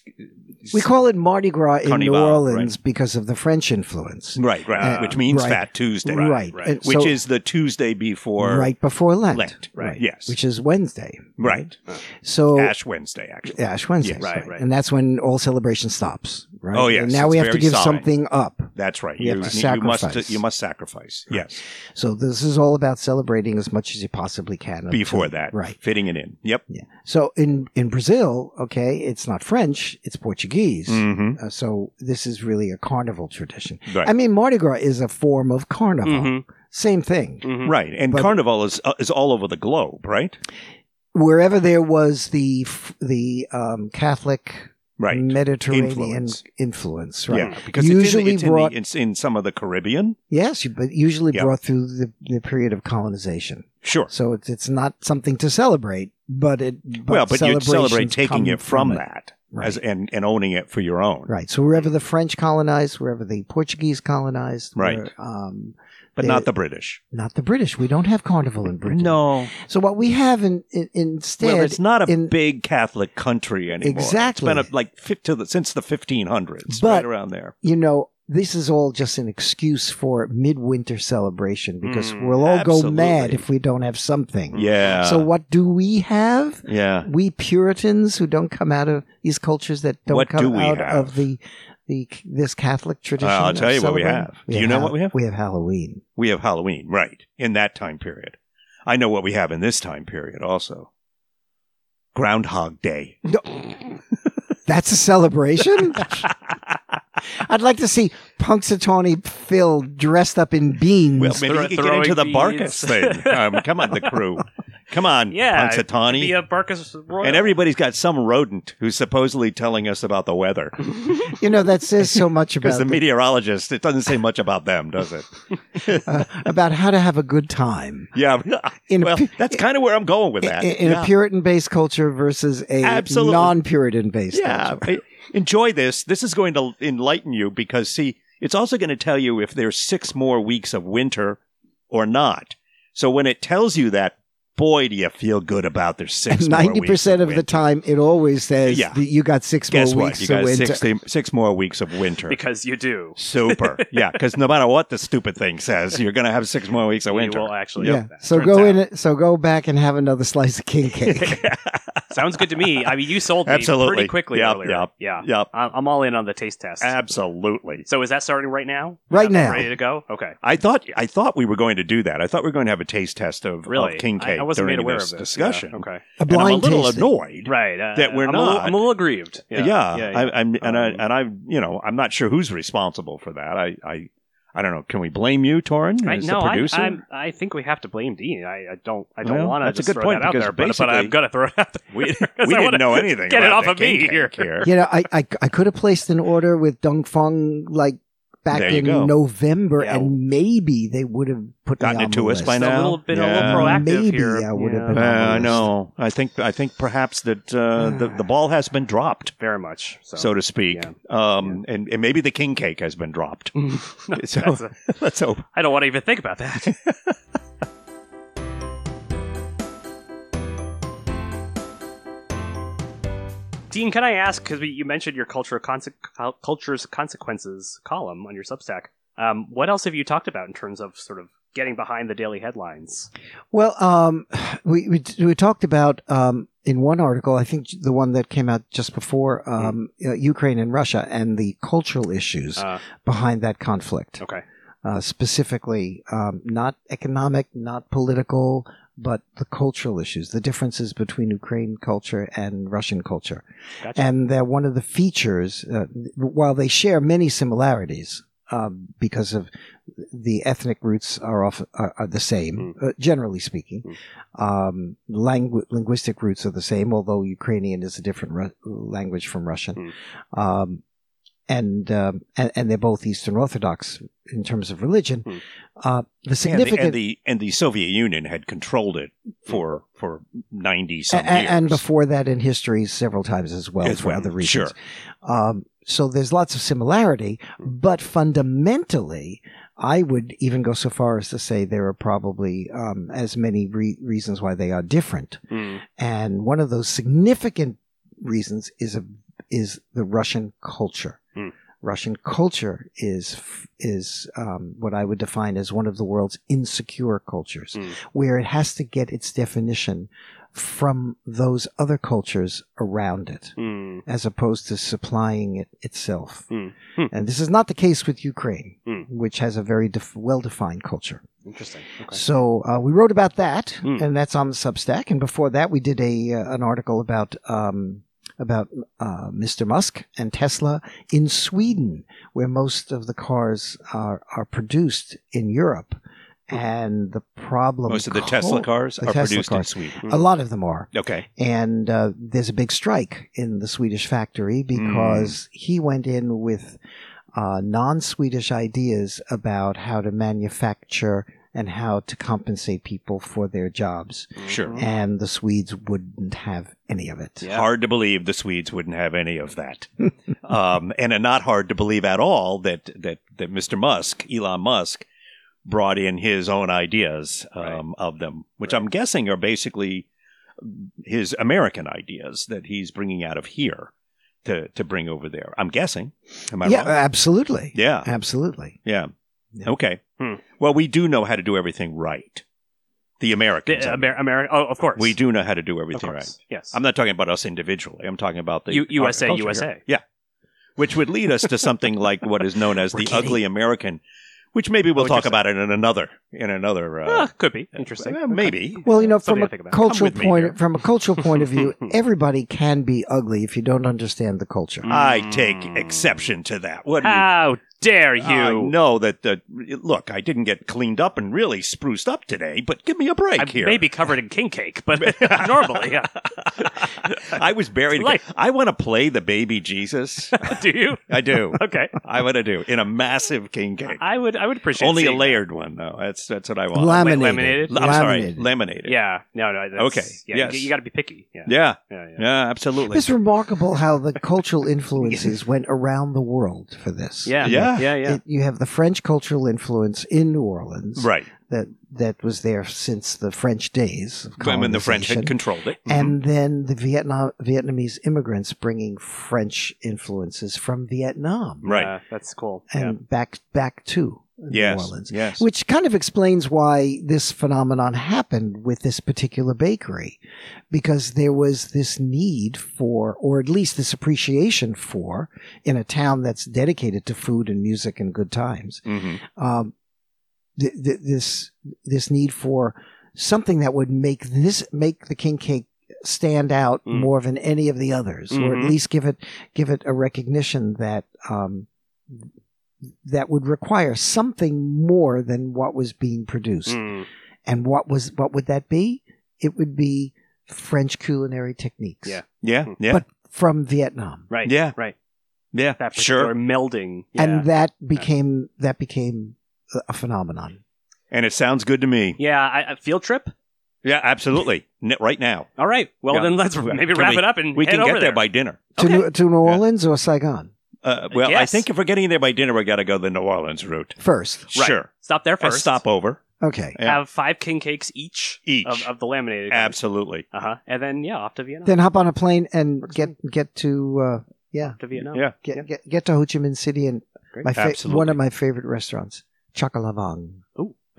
[SPEAKER 2] We call it Mardi Gras in New
[SPEAKER 1] Carnival,
[SPEAKER 2] Orleans because of the French influence.
[SPEAKER 1] right, right,
[SPEAKER 2] Uh,
[SPEAKER 1] which means
[SPEAKER 2] right.
[SPEAKER 1] Fat Tuesday,
[SPEAKER 2] Right, right. And
[SPEAKER 1] which
[SPEAKER 2] so-
[SPEAKER 1] is the Tuesday before
[SPEAKER 2] right before Lent.
[SPEAKER 1] Lent, right, yes.
[SPEAKER 2] Which is Wednesday.
[SPEAKER 1] right.
[SPEAKER 2] So
[SPEAKER 1] Ash Wednesday, actually.
[SPEAKER 2] Ash Wednesday.
[SPEAKER 1] Yes,
[SPEAKER 2] right,
[SPEAKER 4] right.
[SPEAKER 2] And that's when all celebration stops. right?
[SPEAKER 1] Oh, yes,
[SPEAKER 2] And now we
[SPEAKER 1] it's
[SPEAKER 2] have to
[SPEAKER 1] very
[SPEAKER 2] give
[SPEAKER 1] solid.
[SPEAKER 2] something up.
[SPEAKER 1] That's right.
[SPEAKER 2] You have to
[SPEAKER 1] you must
[SPEAKER 2] sacrifice.
[SPEAKER 1] you must sacrifice.
[SPEAKER 2] Right.
[SPEAKER 1] Yes.
[SPEAKER 2] So this is all about celebrating as much as you possibly can.
[SPEAKER 1] Before
[SPEAKER 2] until-
[SPEAKER 1] that.
[SPEAKER 2] Right.
[SPEAKER 1] Fitting it in. Yep.
[SPEAKER 2] Yeah. So in, in Brazil, okay, it's not French, it's Portuguese.
[SPEAKER 1] Mm-hmm.
[SPEAKER 2] Uh, so this is really a carnival tradition.
[SPEAKER 1] Right. Mm-hmm.
[SPEAKER 2] I mean, Mardi Gras is a form of carnival.
[SPEAKER 4] Mhm,
[SPEAKER 2] Same thing.
[SPEAKER 1] Mm.
[SPEAKER 4] mhm.
[SPEAKER 1] Right. And
[SPEAKER 2] But-
[SPEAKER 1] carnival is uh, is all over the globe, right?
[SPEAKER 2] Wherever there was the f- the um, Catholic
[SPEAKER 1] Right.
[SPEAKER 2] Mediterranean
[SPEAKER 1] Influence.
[SPEAKER 2] influence, Mm, right?
[SPEAKER 1] Yeah, because
[SPEAKER 2] Usually
[SPEAKER 1] it's in, it's,
[SPEAKER 2] brought-
[SPEAKER 1] in the, it's in some of the Caribbean.
[SPEAKER 2] Yes, but usually
[SPEAKER 1] Yeah.
[SPEAKER 2] brought through the, the period of colonization.
[SPEAKER 1] Sure.
[SPEAKER 2] So it's it's not something to celebrate, but it but
[SPEAKER 1] well, but you'd celebrate
[SPEAKER 2] celebrations
[SPEAKER 1] taking
[SPEAKER 2] come
[SPEAKER 1] it from,
[SPEAKER 2] it.
[SPEAKER 1] that
[SPEAKER 2] Right.
[SPEAKER 1] as and, and owning it for your own.
[SPEAKER 2] Right. So wherever the French colonized, wherever the Portuguese colonized,
[SPEAKER 1] Right.
[SPEAKER 2] where, um,
[SPEAKER 1] But
[SPEAKER 2] They-
[SPEAKER 1] not the British.
[SPEAKER 2] not the British. We don't have carnival in Britain. So what we have in, in, instead,
[SPEAKER 1] Well, it's not a
[SPEAKER 2] in-
[SPEAKER 1] big Catholic country anymore.
[SPEAKER 2] Exactly.
[SPEAKER 1] It's been a, like fif- to the, since the 1500s, right
[SPEAKER 2] But-
[SPEAKER 1] around there.
[SPEAKER 2] you know, this is all just an excuse for midwinter celebration because
[SPEAKER 1] Mm,
[SPEAKER 2] we'll all go mad
[SPEAKER 1] absolutely.
[SPEAKER 2] if we don't have something.
[SPEAKER 1] Yeah.
[SPEAKER 2] So what do we have?
[SPEAKER 1] yeah.
[SPEAKER 2] we Puritans who don't come out of these cultures that don't
[SPEAKER 1] What
[SPEAKER 2] come
[SPEAKER 1] do we
[SPEAKER 2] out
[SPEAKER 1] have?
[SPEAKER 2] of the the this Catholic tradition.
[SPEAKER 1] I'll
[SPEAKER 2] of
[SPEAKER 1] tell you what we
[SPEAKER 2] celebrating.
[SPEAKER 1] have. Do you know
[SPEAKER 2] Hall-
[SPEAKER 1] what we have?
[SPEAKER 2] We have Halloween.
[SPEAKER 1] We have Halloween, right, in that time period. I know what we have in this time period also. Groundhog Day.
[SPEAKER 2] That's a celebration. I'd like to see Punxsutawney Phil dressed up in beans.
[SPEAKER 1] Well, maybe
[SPEAKER 3] throw-
[SPEAKER 1] you could get into the
[SPEAKER 4] Mm. throwing
[SPEAKER 1] Barkus
[SPEAKER 4] beads.
[SPEAKER 1] thing. Um, come on, the crew. Come on,
[SPEAKER 4] Yeah,
[SPEAKER 1] Punxsutawney.
[SPEAKER 4] Be a Barkus Royal.
[SPEAKER 1] And everybody's got some rodent who's supposedly telling us about the weather.
[SPEAKER 2] you know that says so much
[SPEAKER 1] Because
[SPEAKER 2] about
[SPEAKER 1] the
[SPEAKER 2] the-
[SPEAKER 1] meteorologist, it doesn't say much about them, does it?
[SPEAKER 2] uh, about how to have a good time
[SPEAKER 1] Yeah.
[SPEAKER 2] in a
[SPEAKER 1] Well,
[SPEAKER 2] pu-
[SPEAKER 1] that's kind of where I'm going with that.
[SPEAKER 2] in, in
[SPEAKER 1] Yeah.
[SPEAKER 2] a Puritan-based culture versus a
[SPEAKER 1] Absolutely.
[SPEAKER 2] non-Puritan-based
[SPEAKER 1] yeah.
[SPEAKER 2] culture.
[SPEAKER 1] Enjoy this. This is going to enlighten you because, see, it's also going to tell you if there's six more weeks of winter or not. So when it tells you that, boy, do you feel good about there's six more
[SPEAKER 2] Ninety
[SPEAKER 1] weeks
[SPEAKER 2] percent of the
[SPEAKER 1] winter.
[SPEAKER 2] time, it always says
[SPEAKER 1] Yeah.
[SPEAKER 2] that you got six
[SPEAKER 1] Guess
[SPEAKER 2] more
[SPEAKER 1] what?
[SPEAKER 2] weeks
[SPEAKER 1] You
[SPEAKER 2] to
[SPEAKER 1] got
[SPEAKER 2] winter.
[SPEAKER 1] six, six more weeks of winter.
[SPEAKER 4] because you do.
[SPEAKER 1] Super. Yeah, because no matter what the stupid thing says, you're going to have six more weeks of winter.
[SPEAKER 4] You will actually.
[SPEAKER 2] Yeah. So
[SPEAKER 1] turns
[SPEAKER 2] go
[SPEAKER 1] out.
[SPEAKER 2] in. So go back and have another slice of king cake.
[SPEAKER 4] Sounds good to me. I mean, you sold me
[SPEAKER 1] Absolutely.
[SPEAKER 4] pretty quickly
[SPEAKER 1] Yep,
[SPEAKER 4] earlier.
[SPEAKER 1] yep.
[SPEAKER 4] Yeah.
[SPEAKER 1] Yep.
[SPEAKER 4] I- I'm all in on the taste test.
[SPEAKER 1] Absolutely.
[SPEAKER 4] so is that starting right now?
[SPEAKER 2] Right
[SPEAKER 4] That's
[SPEAKER 2] now.
[SPEAKER 4] Ready to go? Okay.
[SPEAKER 1] I thought I thought we were going to do that. I thought we were going to have a taste test of, of
[SPEAKER 4] Really?
[SPEAKER 1] king
[SPEAKER 4] I-
[SPEAKER 1] cake
[SPEAKER 4] I, wasn't
[SPEAKER 1] during
[SPEAKER 4] made aware
[SPEAKER 1] this
[SPEAKER 4] of this
[SPEAKER 1] discussion.
[SPEAKER 4] Yeah, okay.
[SPEAKER 2] A
[SPEAKER 1] And I'm a
[SPEAKER 2] blind
[SPEAKER 1] little
[SPEAKER 2] tasting.
[SPEAKER 1] annoyed.
[SPEAKER 4] Right. Uh,
[SPEAKER 1] That we're
[SPEAKER 4] I'm a little-
[SPEAKER 1] not.
[SPEAKER 4] I'm a little aggrieved.
[SPEAKER 1] Yeah,
[SPEAKER 4] yeah,
[SPEAKER 1] I, I'm and I
[SPEAKER 4] Um,
[SPEAKER 1] and I you know I'm not sure who's responsible for that. I I, I don't know. Can we blame you, Torin,
[SPEAKER 4] I,
[SPEAKER 1] as
[SPEAKER 4] no,
[SPEAKER 1] the
[SPEAKER 4] I,
[SPEAKER 1] producer?
[SPEAKER 4] I'm, I think we have to blame Dean. I, I don't. I don't
[SPEAKER 1] Well,
[SPEAKER 4] want to.
[SPEAKER 1] that's a
[SPEAKER 4] just
[SPEAKER 1] good
[SPEAKER 4] throw
[SPEAKER 1] point,
[SPEAKER 4] that out
[SPEAKER 1] because
[SPEAKER 4] there, but, but I'm
[SPEAKER 1] basically-
[SPEAKER 4] gonna throw it out there.
[SPEAKER 1] we
[SPEAKER 4] 'cause I
[SPEAKER 1] we didn't
[SPEAKER 4] wanna
[SPEAKER 1] know anything.
[SPEAKER 4] Get it
[SPEAKER 1] about
[SPEAKER 4] off
[SPEAKER 1] the
[SPEAKER 4] of me
[SPEAKER 1] king
[SPEAKER 4] here.
[SPEAKER 1] cake here.
[SPEAKER 2] You know, I, I I could have placed an order with Dong Fong like back
[SPEAKER 1] There you
[SPEAKER 2] in
[SPEAKER 1] go.
[SPEAKER 2] November,
[SPEAKER 1] Yeah.
[SPEAKER 2] and maybe they would have put me
[SPEAKER 1] Gotten it
[SPEAKER 2] on
[SPEAKER 1] to
[SPEAKER 2] the
[SPEAKER 1] us
[SPEAKER 2] list.
[SPEAKER 1] by
[SPEAKER 4] Just
[SPEAKER 1] now.
[SPEAKER 4] a little bit, a
[SPEAKER 1] Yeah.
[SPEAKER 4] little proactive
[SPEAKER 2] Maybe
[SPEAKER 4] here.
[SPEAKER 2] I would've
[SPEAKER 4] Yeah.
[SPEAKER 2] been-
[SPEAKER 1] Uh, I
[SPEAKER 2] Yes.
[SPEAKER 1] know. I think I think perhaps that uh, the the ball has been dropped,
[SPEAKER 4] very much. So,
[SPEAKER 1] so, to speak,
[SPEAKER 4] yeah.
[SPEAKER 1] um, And, and maybe the king cake has been dropped. so
[SPEAKER 4] that's a,
[SPEAKER 1] let's hope.
[SPEAKER 4] I don't want to even think about that. Dean, can I ask because you mentioned your culture conse- cul- cultures consequences column on your Substack? Um, what else have you talked about in terms of sort of getting behind the daily headlines?
[SPEAKER 2] Well, um, we, we we talked about um in one article, I think the one that came out just before
[SPEAKER 1] Hmm.
[SPEAKER 2] um uh, Ukraine and Russia and the cultural issues
[SPEAKER 1] Ah.
[SPEAKER 4] Uh,
[SPEAKER 2] behind that conflict.
[SPEAKER 4] okay,
[SPEAKER 2] uh, specifically, um, not economic, not political, but the cultural issues, the differences between Ukraine culture and Russian culture.
[SPEAKER 4] gotcha.
[SPEAKER 2] And they're one of the features, uh, while they share many similarities, um, because of the ethnic roots are off are, are the same, uh, generally speaking. Um, langu- linguistic roots are the same, although Ukrainian is a different Ru- language from Russian. Um, and, um, and and they're both Eastern Orthodox in terms of religion.
[SPEAKER 4] Mm.
[SPEAKER 2] Uh, the
[SPEAKER 1] And the,
[SPEAKER 2] significant
[SPEAKER 1] and the and the Soviet Union had controlled it for for ninety
[SPEAKER 2] A-
[SPEAKER 1] some
[SPEAKER 2] a-
[SPEAKER 1] years,
[SPEAKER 2] and, before that in history several times as well
[SPEAKER 1] As
[SPEAKER 2] for
[SPEAKER 1] well,
[SPEAKER 2] other
[SPEAKER 1] sure.
[SPEAKER 2] reasons. Um, so there's lots of similarity, but fundamentally, I would even go so far as to say there are probably um, as many re- reasons why they are different.
[SPEAKER 4] Mm.
[SPEAKER 2] And one of those significant reasons is a, is the Russian culture.
[SPEAKER 4] Hmm.
[SPEAKER 2] Russian culture is is um, what I would define as one of the world's insecure cultures,
[SPEAKER 4] Mm.
[SPEAKER 2] where it has to get its definition from those other cultures around it,
[SPEAKER 4] Hmm.
[SPEAKER 2] as opposed to supplying it itself.
[SPEAKER 4] Hmm. Hmm.
[SPEAKER 2] And this is not the case with Ukraine,
[SPEAKER 4] Hmm.
[SPEAKER 2] which has a very def- well-defined culture.
[SPEAKER 4] Interesting. Okay.
[SPEAKER 2] So uh, we wrote about that,
[SPEAKER 4] Hmm.
[SPEAKER 2] and that's on the Substack. And before that, we did a uh, an article about um, about uh, Mr. Musk and Tesla in Sweden, where most of the cars are are produced in Europe, and the problem
[SPEAKER 1] Hmm. Most of the
[SPEAKER 2] co-
[SPEAKER 1] Tesla cars
[SPEAKER 2] Oh, the
[SPEAKER 1] are
[SPEAKER 2] Tesla
[SPEAKER 1] produced in
[SPEAKER 2] cars.
[SPEAKER 1] Sweden.
[SPEAKER 2] A lot of them are,
[SPEAKER 1] Okay.
[SPEAKER 2] and uh, there's a big strike in the Swedish
[SPEAKER 1] Hmm.
[SPEAKER 2] factory because he went in with uh, non-Swedish ideas about how to manufacture and how to compensate people for their jobs,
[SPEAKER 1] Sure.
[SPEAKER 4] Mm-hmm.
[SPEAKER 2] and the Swedes wouldn't have any of it.
[SPEAKER 4] Yeah.
[SPEAKER 1] Hard to believe the Swedes wouldn't have any of that. um, and uh, not hard to believe at all that, that, that Mr. Musk, Elon Musk, brought in his own ideas um,
[SPEAKER 4] Right.
[SPEAKER 1] of them, which
[SPEAKER 4] Right.
[SPEAKER 1] I'm guessing are basically his American ideas that he's bringing out of here to, to bring over there. I'm guessing. Am I
[SPEAKER 2] yeah,
[SPEAKER 1] wrong?
[SPEAKER 2] absolutely.
[SPEAKER 1] Yeah.
[SPEAKER 2] absolutely.
[SPEAKER 1] Yeah.
[SPEAKER 2] Yeah.
[SPEAKER 1] Okay.
[SPEAKER 4] Hmm.
[SPEAKER 1] Well, we do know how to do everything right. The Americans.
[SPEAKER 4] The,
[SPEAKER 1] I mean.
[SPEAKER 4] Amer- Ameri- oh, of course.
[SPEAKER 1] we do know how to do
[SPEAKER 4] Of
[SPEAKER 1] everything
[SPEAKER 4] course.
[SPEAKER 1] right.
[SPEAKER 4] Yes.
[SPEAKER 1] I'm not talking about us individually. I'm talking about the
[SPEAKER 4] U- USA,
[SPEAKER 1] our culture
[SPEAKER 4] USA.
[SPEAKER 1] here. Yeah. Which would lead us to something like what is known as
[SPEAKER 2] We're
[SPEAKER 1] the
[SPEAKER 2] kidding.
[SPEAKER 1] ugly American, which maybe we'll
[SPEAKER 4] Oh,
[SPEAKER 1] talk
[SPEAKER 4] interesting.
[SPEAKER 1] about it in another in another uh,
[SPEAKER 4] Ah, could be interesting.
[SPEAKER 1] uh, maybe.
[SPEAKER 2] Well, you know,
[SPEAKER 4] Something
[SPEAKER 2] from
[SPEAKER 4] to
[SPEAKER 2] a
[SPEAKER 4] think about.
[SPEAKER 2] cultural
[SPEAKER 1] Come with me here.
[SPEAKER 2] point, from a cultural point of view, everybody can be ugly if you don't understand the culture.
[SPEAKER 1] I take exception to that. What do you
[SPEAKER 4] Hmm. How dare you?
[SPEAKER 1] I know that the look, I didn't get cleaned up and really spruced up today, but give me a break
[SPEAKER 4] I'm
[SPEAKER 1] here.
[SPEAKER 4] maybe covered in king cake, but normally, uh, yeah.
[SPEAKER 1] I was buried.
[SPEAKER 4] Life.
[SPEAKER 1] I want to play the baby Jesus.
[SPEAKER 4] Do you?
[SPEAKER 1] I do.
[SPEAKER 4] Okay.
[SPEAKER 1] I want to do in a massive king cake.
[SPEAKER 4] I would. I would appreciate
[SPEAKER 1] Only a
[SPEAKER 4] seeing-
[SPEAKER 1] layered one though. That's that's what I want.
[SPEAKER 2] laminated,
[SPEAKER 4] laminated?
[SPEAKER 1] I'm
[SPEAKER 2] laminated.
[SPEAKER 1] sorry, laminated.
[SPEAKER 4] Yeah. No. No. That's,
[SPEAKER 1] Okay,
[SPEAKER 4] Yeah.
[SPEAKER 1] yes.
[SPEAKER 4] You, you got to be picky. Yeah.
[SPEAKER 1] yeah,
[SPEAKER 4] Yeah. Yeah.
[SPEAKER 1] yeah, absolutely.
[SPEAKER 2] It's remarkable how the cultural influences went around the world for this.
[SPEAKER 4] Yeah.
[SPEAKER 1] Yeah.
[SPEAKER 4] Yeah. yeah.
[SPEAKER 2] It, you have the French cultural influence in New Orleans
[SPEAKER 1] right.
[SPEAKER 2] that that was there since the French days of
[SPEAKER 1] When the French had mm-hmm.
[SPEAKER 2] colonization.
[SPEAKER 1] controlled it,
[SPEAKER 2] and then the Vietnam Vietnamese immigrants bringing French influences from Vietnam
[SPEAKER 1] Mm-hmm. right.
[SPEAKER 4] Uh, that's cool.
[SPEAKER 2] and back back to
[SPEAKER 1] yes.
[SPEAKER 2] New Orleans,
[SPEAKER 1] Yes.
[SPEAKER 2] which kind of explains why this phenomenon happened with this particular bakery, because there was this need for, or at least this appreciation for, in a town that's dedicated to food and music and good times,
[SPEAKER 1] hmm
[SPEAKER 2] um, th- th- this this need for something that would make this make the king cake stand out
[SPEAKER 4] Mm.
[SPEAKER 2] more than any of the others, or at
[SPEAKER 4] Mhm.
[SPEAKER 2] least give it give it a recognition that um, that would require something more than what was being produced.
[SPEAKER 4] Yeah. Mm.
[SPEAKER 2] And what was what would that be? It would be French culinary techniques,
[SPEAKER 4] Yeah.
[SPEAKER 1] Yeah.
[SPEAKER 4] Mhm.
[SPEAKER 1] Yeah.
[SPEAKER 2] But- from Vietnam,
[SPEAKER 4] Right.
[SPEAKER 1] Yeah.
[SPEAKER 4] Right.
[SPEAKER 1] yeah.
[SPEAKER 4] That
[SPEAKER 1] sure.
[SPEAKER 4] particular melding. Yeah.
[SPEAKER 2] and that became that became a- a phenomenon.
[SPEAKER 1] And it sounds good to me.
[SPEAKER 4] yeah. I, I- field trip.
[SPEAKER 1] Yeah, absolutely. N- right now,
[SPEAKER 4] All right. Well,
[SPEAKER 1] Yeah.
[SPEAKER 4] then let's
[SPEAKER 1] Yeah.
[SPEAKER 4] maybe
[SPEAKER 1] Can
[SPEAKER 4] wrap it up and
[SPEAKER 1] we
[SPEAKER 4] Mm-hmm. head
[SPEAKER 1] can
[SPEAKER 4] over
[SPEAKER 1] get there. by dinner.
[SPEAKER 2] to,
[SPEAKER 4] Okay.
[SPEAKER 2] New, to New Orleans or Saigon
[SPEAKER 1] Uh, well, I
[SPEAKER 4] Yes.
[SPEAKER 1] think if we're getting there by dinner, we got to go the New Orleans route.
[SPEAKER 2] first.
[SPEAKER 4] Right.
[SPEAKER 1] Sure.
[SPEAKER 4] stop there
[SPEAKER 1] A
[SPEAKER 4] first.
[SPEAKER 1] stopover.
[SPEAKER 2] Okay.
[SPEAKER 1] Yeah.
[SPEAKER 4] Have five king cakes each.
[SPEAKER 1] Each.
[SPEAKER 4] of, of the laminated.
[SPEAKER 1] Absolutely.
[SPEAKER 4] Uh huh. And then yeah, off to Vietnam.
[SPEAKER 2] Then hop on a plane and get get to uh, yeah
[SPEAKER 4] off to Vietnam.
[SPEAKER 1] Yeah.
[SPEAKER 2] get, get get to Ho Chi Minh City and
[SPEAKER 4] Great.
[SPEAKER 2] my fa-
[SPEAKER 1] Absolutely.
[SPEAKER 2] one of my favorite restaurants, Chocolavang.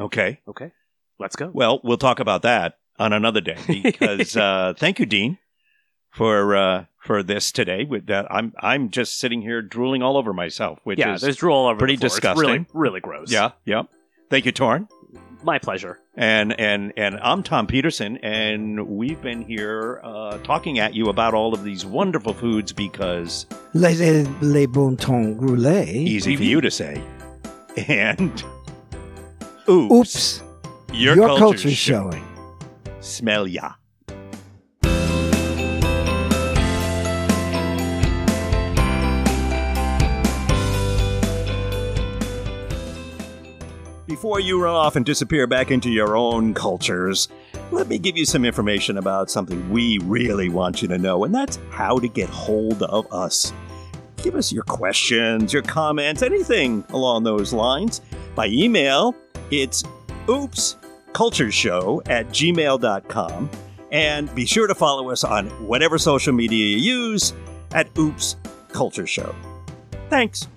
[SPEAKER 1] Okay.
[SPEAKER 4] Okay. Let's go.
[SPEAKER 1] Well, we'll talk about that on another day because uh, thank you, Dean, for uh, for this today. With that, I'm I'm just sitting here drooling all over myself, which
[SPEAKER 4] yeah,
[SPEAKER 1] is
[SPEAKER 4] there's drool all over
[SPEAKER 1] pretty
[SPEAKER 4] the floor. It's
[SPEAKER 1] disgusting.
[SPEAKER 4] really, really gross.
[SPEAKER 1] yeah, yeah. Thank you, Torn,
[SPEAKER 4] My pleasure.
[SPEAKER 1] and and and I'm Tom Peterson, and we've been here uh, talking at you about all of these wonderful foods because
[SPEAKER 2] Les, les bon temps grillés.
[SPEAKER 1] easy for you to say, and oops,
[SPEAKER 2] Oops,
[SPEAKER 1] your,
[SPEAKER 2] your
[SPEAKER 1] culture's
[SPEAKER 2] culture's showing.
[SPEAKER 1] Smell ya. Before you run off and disappear back into your own cultures, let me give you some information about something we really want you to know, and that's how to get hold of us. Give us your questions, your comments, anything along those lines. By email, it's oops cultureshow at gmail.com. And be sure to follow us on whatever social media you use at Oops Culture Show. Thanks.